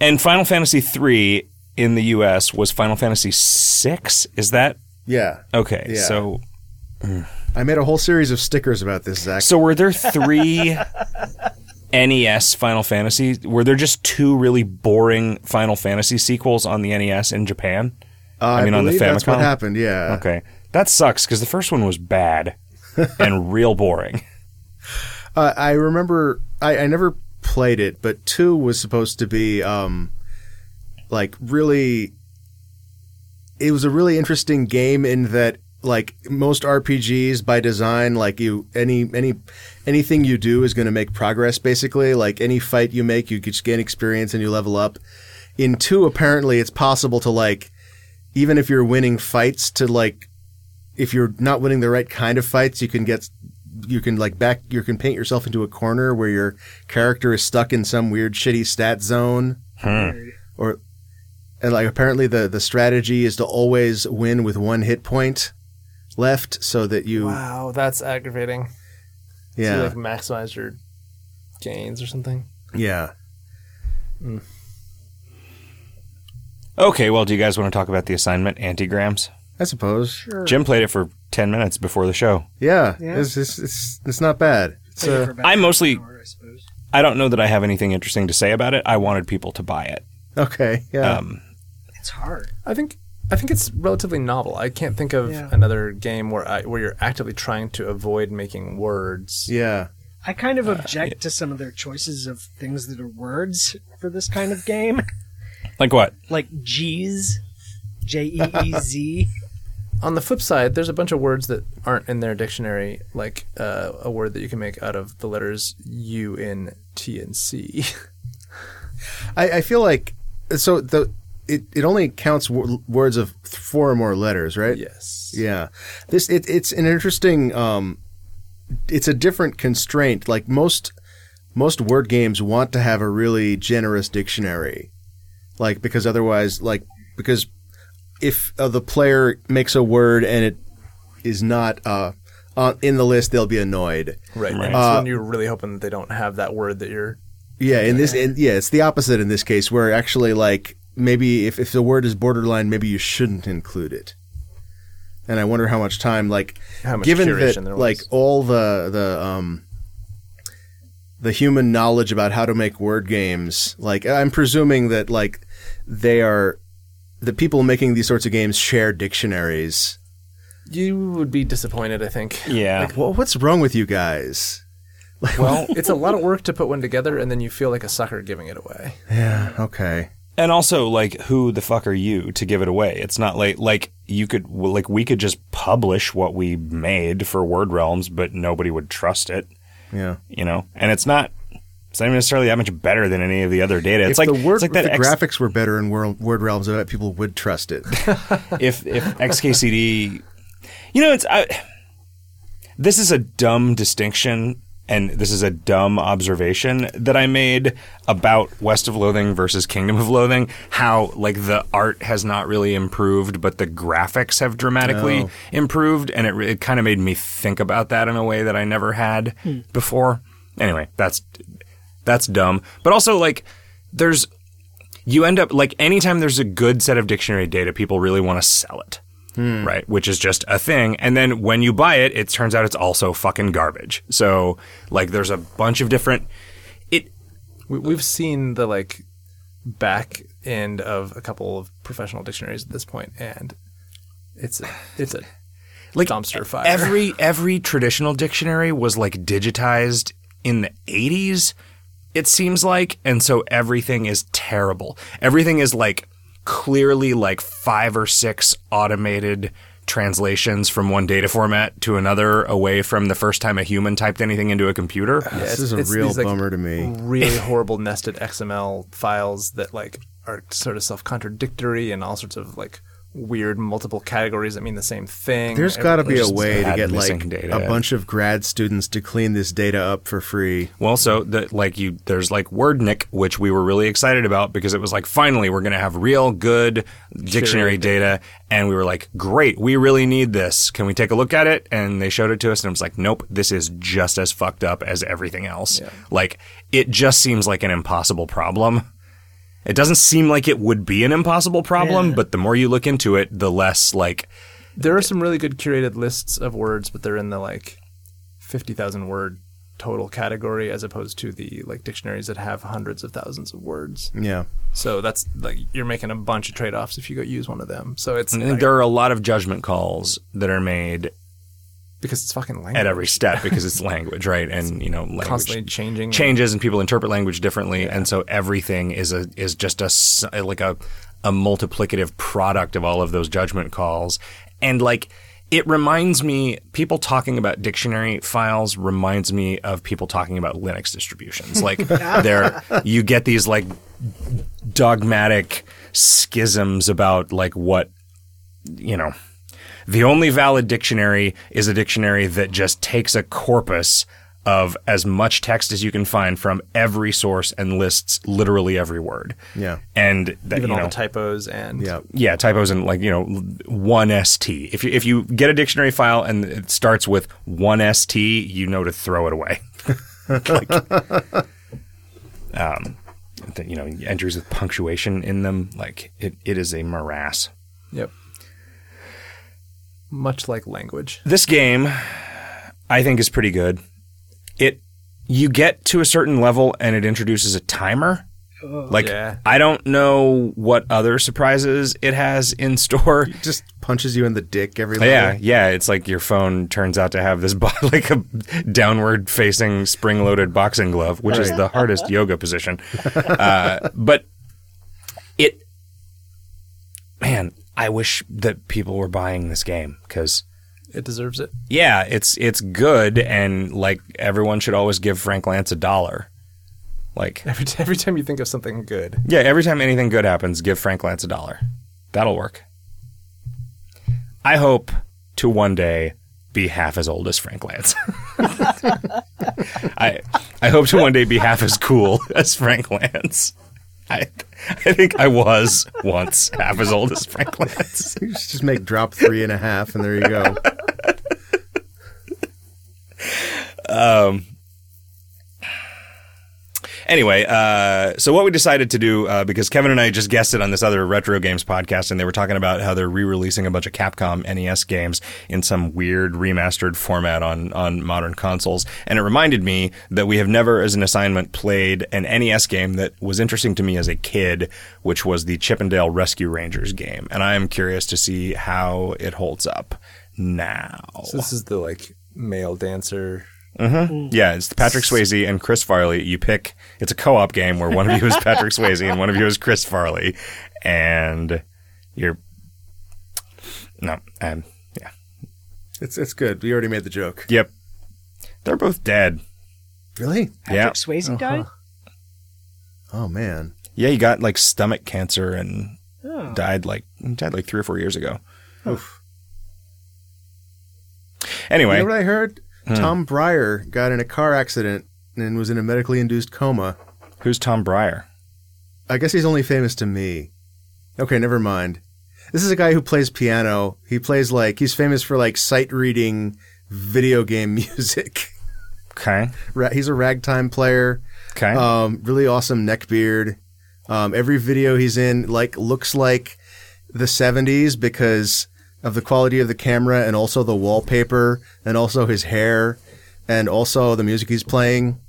And Final Fantasy three in the U.S. was Final Fantasy six. Is that
Yeah,
okay?
Yeah.
So
I made a whole series of stickers about this, Zach.
so were there three? (laughs) NES Final Fantasy. Were there just two really boring Final Fantasy sequels on the NES in Japan?
Uh,
I mean, on the
believe that's what
Famicom?
happened. Yeah.
Okay. That sucks because the first one was bad and real boring.
Uh, I remember I, I never played it, but two was supposed to be um, like really. It was a really interesting game in that, like most RPGs by design, like you any any anything you do is going to make progress. Basically, like any fight you make, you just gain experience and you level up. In two, apparently, it's possible to like even if you're winning fights to like if you're not winning the right kind of fights, you can get you can like back you can paint yourself into a corner where your character is stuck in some weird shitty stat zone
Hmm.
or and like apparently the the strategy is to always win with one hit point left so that you
Wow, that's aggravating.
yeah
you like maximize your gains or something.
yeah
Okay, well, do you guys want to talk about the assignment, Antigrams?
I suppose
Sure.
Jim played it for 10 minutes before the show.
yeah,
Yeah.
It's, it's it's it's not bad
Played it for about
I
half an
mostly-
hour, I suppose.
I don't know that I have anything interesting to say about it. I wanted people to buy it.
okay yeah
Um,
It's hard.
I think I think it's relatively novel. I can't think of
Yeah.
another game where I, where you're actively trying to avoid making words.
yeah
I kind
Uh,
of object to some of their choices of things that are words for this kind of game, (laughs)
like what?
(laughs)
like G's, J E E Z.
on the flip side, there's a bunch of words that aren't in their dictionary, like uh, a word that you can make out of the letters U, N, T, and C.
I, I feel like so the it, it only counts w- words of th- four or more letters,
(laughs)
right?
yes.
Yeah. This it, it's an interesting um it's a different constraint. Like most most word games want to have a really generous dictionary. Like because otherwise like because if uh, the player makes a word and it is not uh, uh in the list they'll be annoyed.
Right.
Right.
And it's
Uh,
when you're really hoping that they don't have that word that you're.
Yeah, in this, in, yeah, it's the opposite in this case, where actually, like, maybe if, if the word is borderline, maybe you shouldn't include it. And I wonder how much time, like,
How much
given
curation
that,
there was.
like, all the the um the human knowledge about how to make word games, like, I'm presuming that like they are the people making these sorts of games share dictionaries.
You would be disappointed, I think.
Yeah.
Like, well, what's wrong with you guys? (laughs)
Well, it's a lot of work to put one together, and then you feel like a sucker giving it away.
Yeah. Okay.
And also, like, who the fuck are you to give it away? It's not like like you could like we could just publish what we made for Word Realms, but nobody would trust it,
Yeah.
you know. And it's not it's not necessarily that much better than any of the other data. It's
if
like
the word,
it's like
if
that
the
X-
graphics were better in Word, word Realms, I bet people would
(laughs)
trust it.
if if XKCD, you know, it's I, this is a dumb distinction, and this is a dumb observation that I made about West of Loathing versus Kingdom of Loathing. How like the art has not really improved, but the graphics have dramatically improved, and it re- it kind of made me think about that in a way that I never had before. Anyway, that's that's dumb, but also like there's you end up like anytime there's a good set of dictionary data, people really want to sell it. Right, which is just a thing. And then when you buy it, it turns out it's also fucking garbage. So, like, there's a bunch of different. It
We, we've seen the like back end of a couple of professional dictionaries at this point, and it's a, it's a
like e-
dumpster fire.
Every every traditional dictionary was like digitized in the 80s, it seems like, and so everything is terrible. Everything is like clearly like five or six automated translations from one data format to another away from the first time a human typed anything into a computer.
this
it's-
is a
it's
real
these, like,
bummer to me. (laughs)
really horrible nested XML files that like are sort of self-contradictory and all sorts of like weird multiple categories that mean the same thing.
There's
Every-
got to be a
just
way to
bad
get
missing
like
data.
a bunch of grad students to clean this data up for free.
Well, so the, like you, there's like Wordnik, which we were really excited about because it was like finally we're gonna have real good dictionary data, and we were like, great, we really need this. Can we take a look at it? And they showed it to us, and it was like, nope, this is just as fucked up as everything else. Like it just seems like an impossible problem. It doesn't seem like it would be an impossible problem, but the more you look into it, the less like
There are some really good curated lists of words, but they're in the like fifty thousand word total category as opposed to the like dictionaries that have hundreds of thousands of words.
Yeah.
So that's like you're making a bunch of trade-offs if you go use one of them. So it's
I think
like,
there are a lot of judgment calls that are made
because it's fucking language.
at every step because it's (laughs) language, right? And you know, language
constantly changing.
changes and people interpret language differently and so everything is a is just a s- like a a multiplicative product of all of those judgment calls and like it reminds me people talking about dictionary files reminds me of people talking about linux distributions like there you get these like dogmatic schisms about like what you know the only valid dictionary is a dictionary that just takes a corpus of as much text as you can find from every source and lists literally every word.
Yeah.
And that,
even
you
all
know,
the typos and
Yeah.
yeah, typos and like, you know, one ST. If you, if you get a dictionary file and it starts with one ST, you know to throw it away. (laughs) like, um, th- you know, entries with punctuation in them, like it, it is a morass.
Yep. Much like language.
this game i think is pretty good it you get to a certain level and it introduces a timer
Oh,
like
Yeah.
i don't know what other surprises it has in store
Just punches you in the dick every level.
yeah yeah it's like your phone turns out to have this (laughs) bo- like a downward facing spring loaded boxing glove which is the hardest yoga position uh, but it man I wish that people were buying this game because
It deserves it. (laughs)
yeah, it's it's good and like everyone should always give Frank Lance a dollar. Like
Every t- every time you think of something good,
yeah, every time anything good happens, give Frank Lance a dollar. That'll work. I hope to one day be half as old as Frank Lance. (laughs) I I hope to one day be half as cool (laughs) as Frank Lance. I I think I was once half as old as Frank Lance.
You should just make drop three and a half, and there you go.
Anyway, uh, so what we decided to do uh, because Kevin and I just guessed it on this other retro games podcast, and they were talking about how they're re-releasing a bunch of Capcom NES games in some weird remastered format on on modern consoles, and it reminded me that we have never, as an assignment, played an NES game that was interesting to me as a kid, which was the Chippendale Rescue Rangers game, and I am curious to see how it holds up now.
so this is the like male dancer.
Yeah, it's
(laughs)
Patrick Swayze and Chris Farley. You pick. It's a co-op game where one of you is Patrick Swayze and one of you is Chris Farley, and you're no, um, yeah,
(laughs) It's it's good. We already made the joke.
yep. They're both dead.
Really?
Yeah,
Patrick Swayze
Uh-huh.
died.
Oh man.
yeah. He got like stomach cancer and
Oh.
died like died like three or four years ago.
Oof.
Anyway,
You know what I heard? Tom Breyer got in a car accident and was in a medically induced coma.
who's Tom Breyer?
I guess he's only famous to me. Okay, never mind. This is a guy who plays piano. He plays like he's famous for like sight reading video game (laughs) music.
Okay,
Ra- He's a ragtime player.
okay.
Um, really awesome neck beard. Um, every video he's in like looks like the 70s because of the quality of the camera and also the wallpaper and also his hair and also the music he's playing.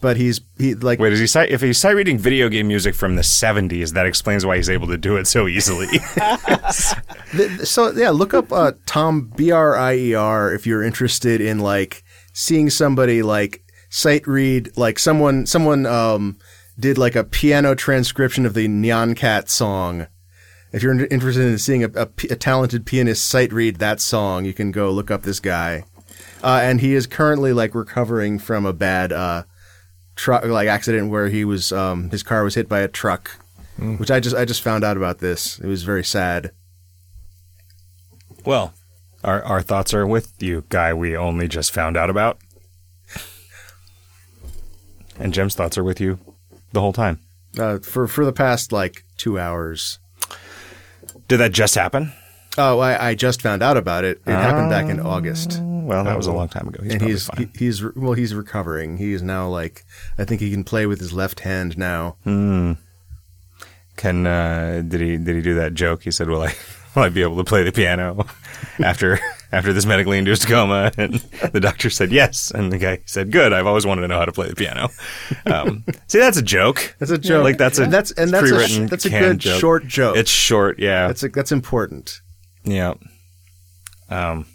But he's he like
Wait, is he sight, if he's sight reading video game music from the '70s? That explains why he's able to do it so easily.
th- th- so yeah, look up uh, Tom B R I E R if you're interested in like seeing somebody like sight read like someone someone um, did like a piano transcription of the Neon Cat song. If you're in- interested in seeing a, a p- a talented pianist sight read that song, you can go look up this guy. Uh, and he is currently like recovering from a bad uh, truck like accident where he was um, his car was hit by a truck, which I just I just found out about this. It was very sad.
Well, our, our thoughts are with you, guy we only just found out about. And Jim's thoughts are with you the whole time.
uh, for for the past like two hours.
Did that just happen?
Oh, I, I just found out about it. It happened back in August,
Well, that was a long time ago. He's
and
probably
he's
fine.
he, he's re- well, he's recovering. He is now like I think he can play with his left hand now.
Can uh, did he did he do that joke? He said, "Will I (laughs) will I be able to play the piano (laughs) after after this medically induced coma?" And the doctor said, "Yes." And the guy said, "Good. I've always wanted to know how to play the piano." Um, (laughs) see, that's a joke.
That's a joke.
Like that's a
And that's- and that's a sh-
pre-written
that's a
canned
good short joke.
It's short. Yeah.
That's a, that's important.
Yeah. Um.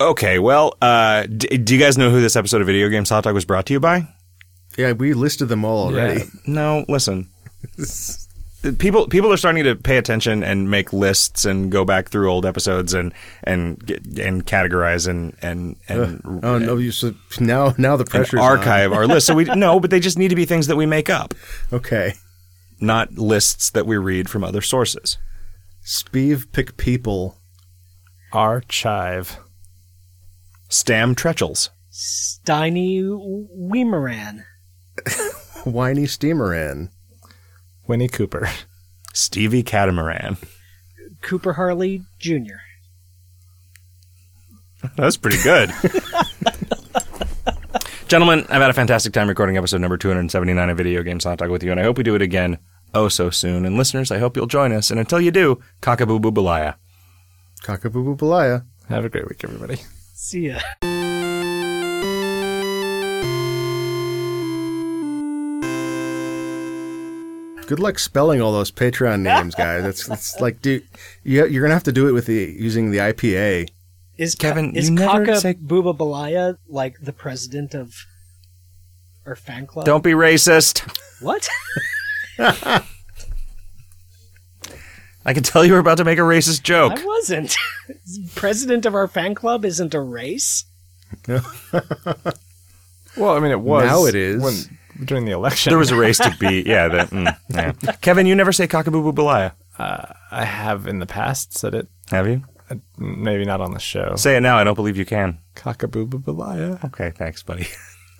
Okay. Well, uh, d- do you guys know who this episode of Video Game Soft Talk was brought to you by?
Yeah, we listed them all already.
Yeah.
No.
(laughs)
Listen. People people are starting to pay attention and make lists and go back through old episodes and and get- and categorize and and and,
Oh no! You so now now the
and
Oh, pressure's on.
archive our lists.
(laughs)
So we no, but they just need to be things that we make up,
Okay,
not lists that we read from other sources.
Spieve pick people.
Archive.
Stam Trechels.
Steiny Weimeran.
Whiny steamer in.
Winnie Cooper. (laughs)
Stevie Catamaran.
Cooper Harley Jr.
That's pretty good. Gentlemen, I've had a fantastic time recording episode number 279 of Video Games Hot Dog with you, and I hope we do it again oh so soon. And listeners, I hope you'll join us. And until you do, cockaboo boobalaya.
Cockaboo balaya.
Have a great week, everybody.
See ya.
Good luck spelling all those Patreon names, guys. That's, that's like, dude, you, you're gonna have to do it with the using the IPA.
Is
Kevin,
Is
you never
Kaka
say-
Booba Balaya like the president of or fan club?
Don't be racist.
What?
I can tell you were about to make a racist joke.
I wasn't. (laughs) President of our fan club isn't a race.
Well, I mean, it was.
Now it is.
When, during the election.
There was a race to beat. Yeah, that. mm, yeah. Kevin, you never say cockaboo balaya,
I have in the past said it.
have you?
uh, Maybe not on the show.
Say it now. I don't believe you can.
Cockaboobabalaya.
Okay, thanks, buddy.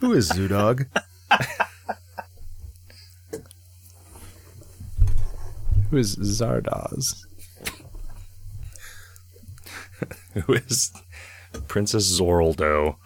Who is Zoodog?
Who is Zardoz?
Who is Princess Zoraldo?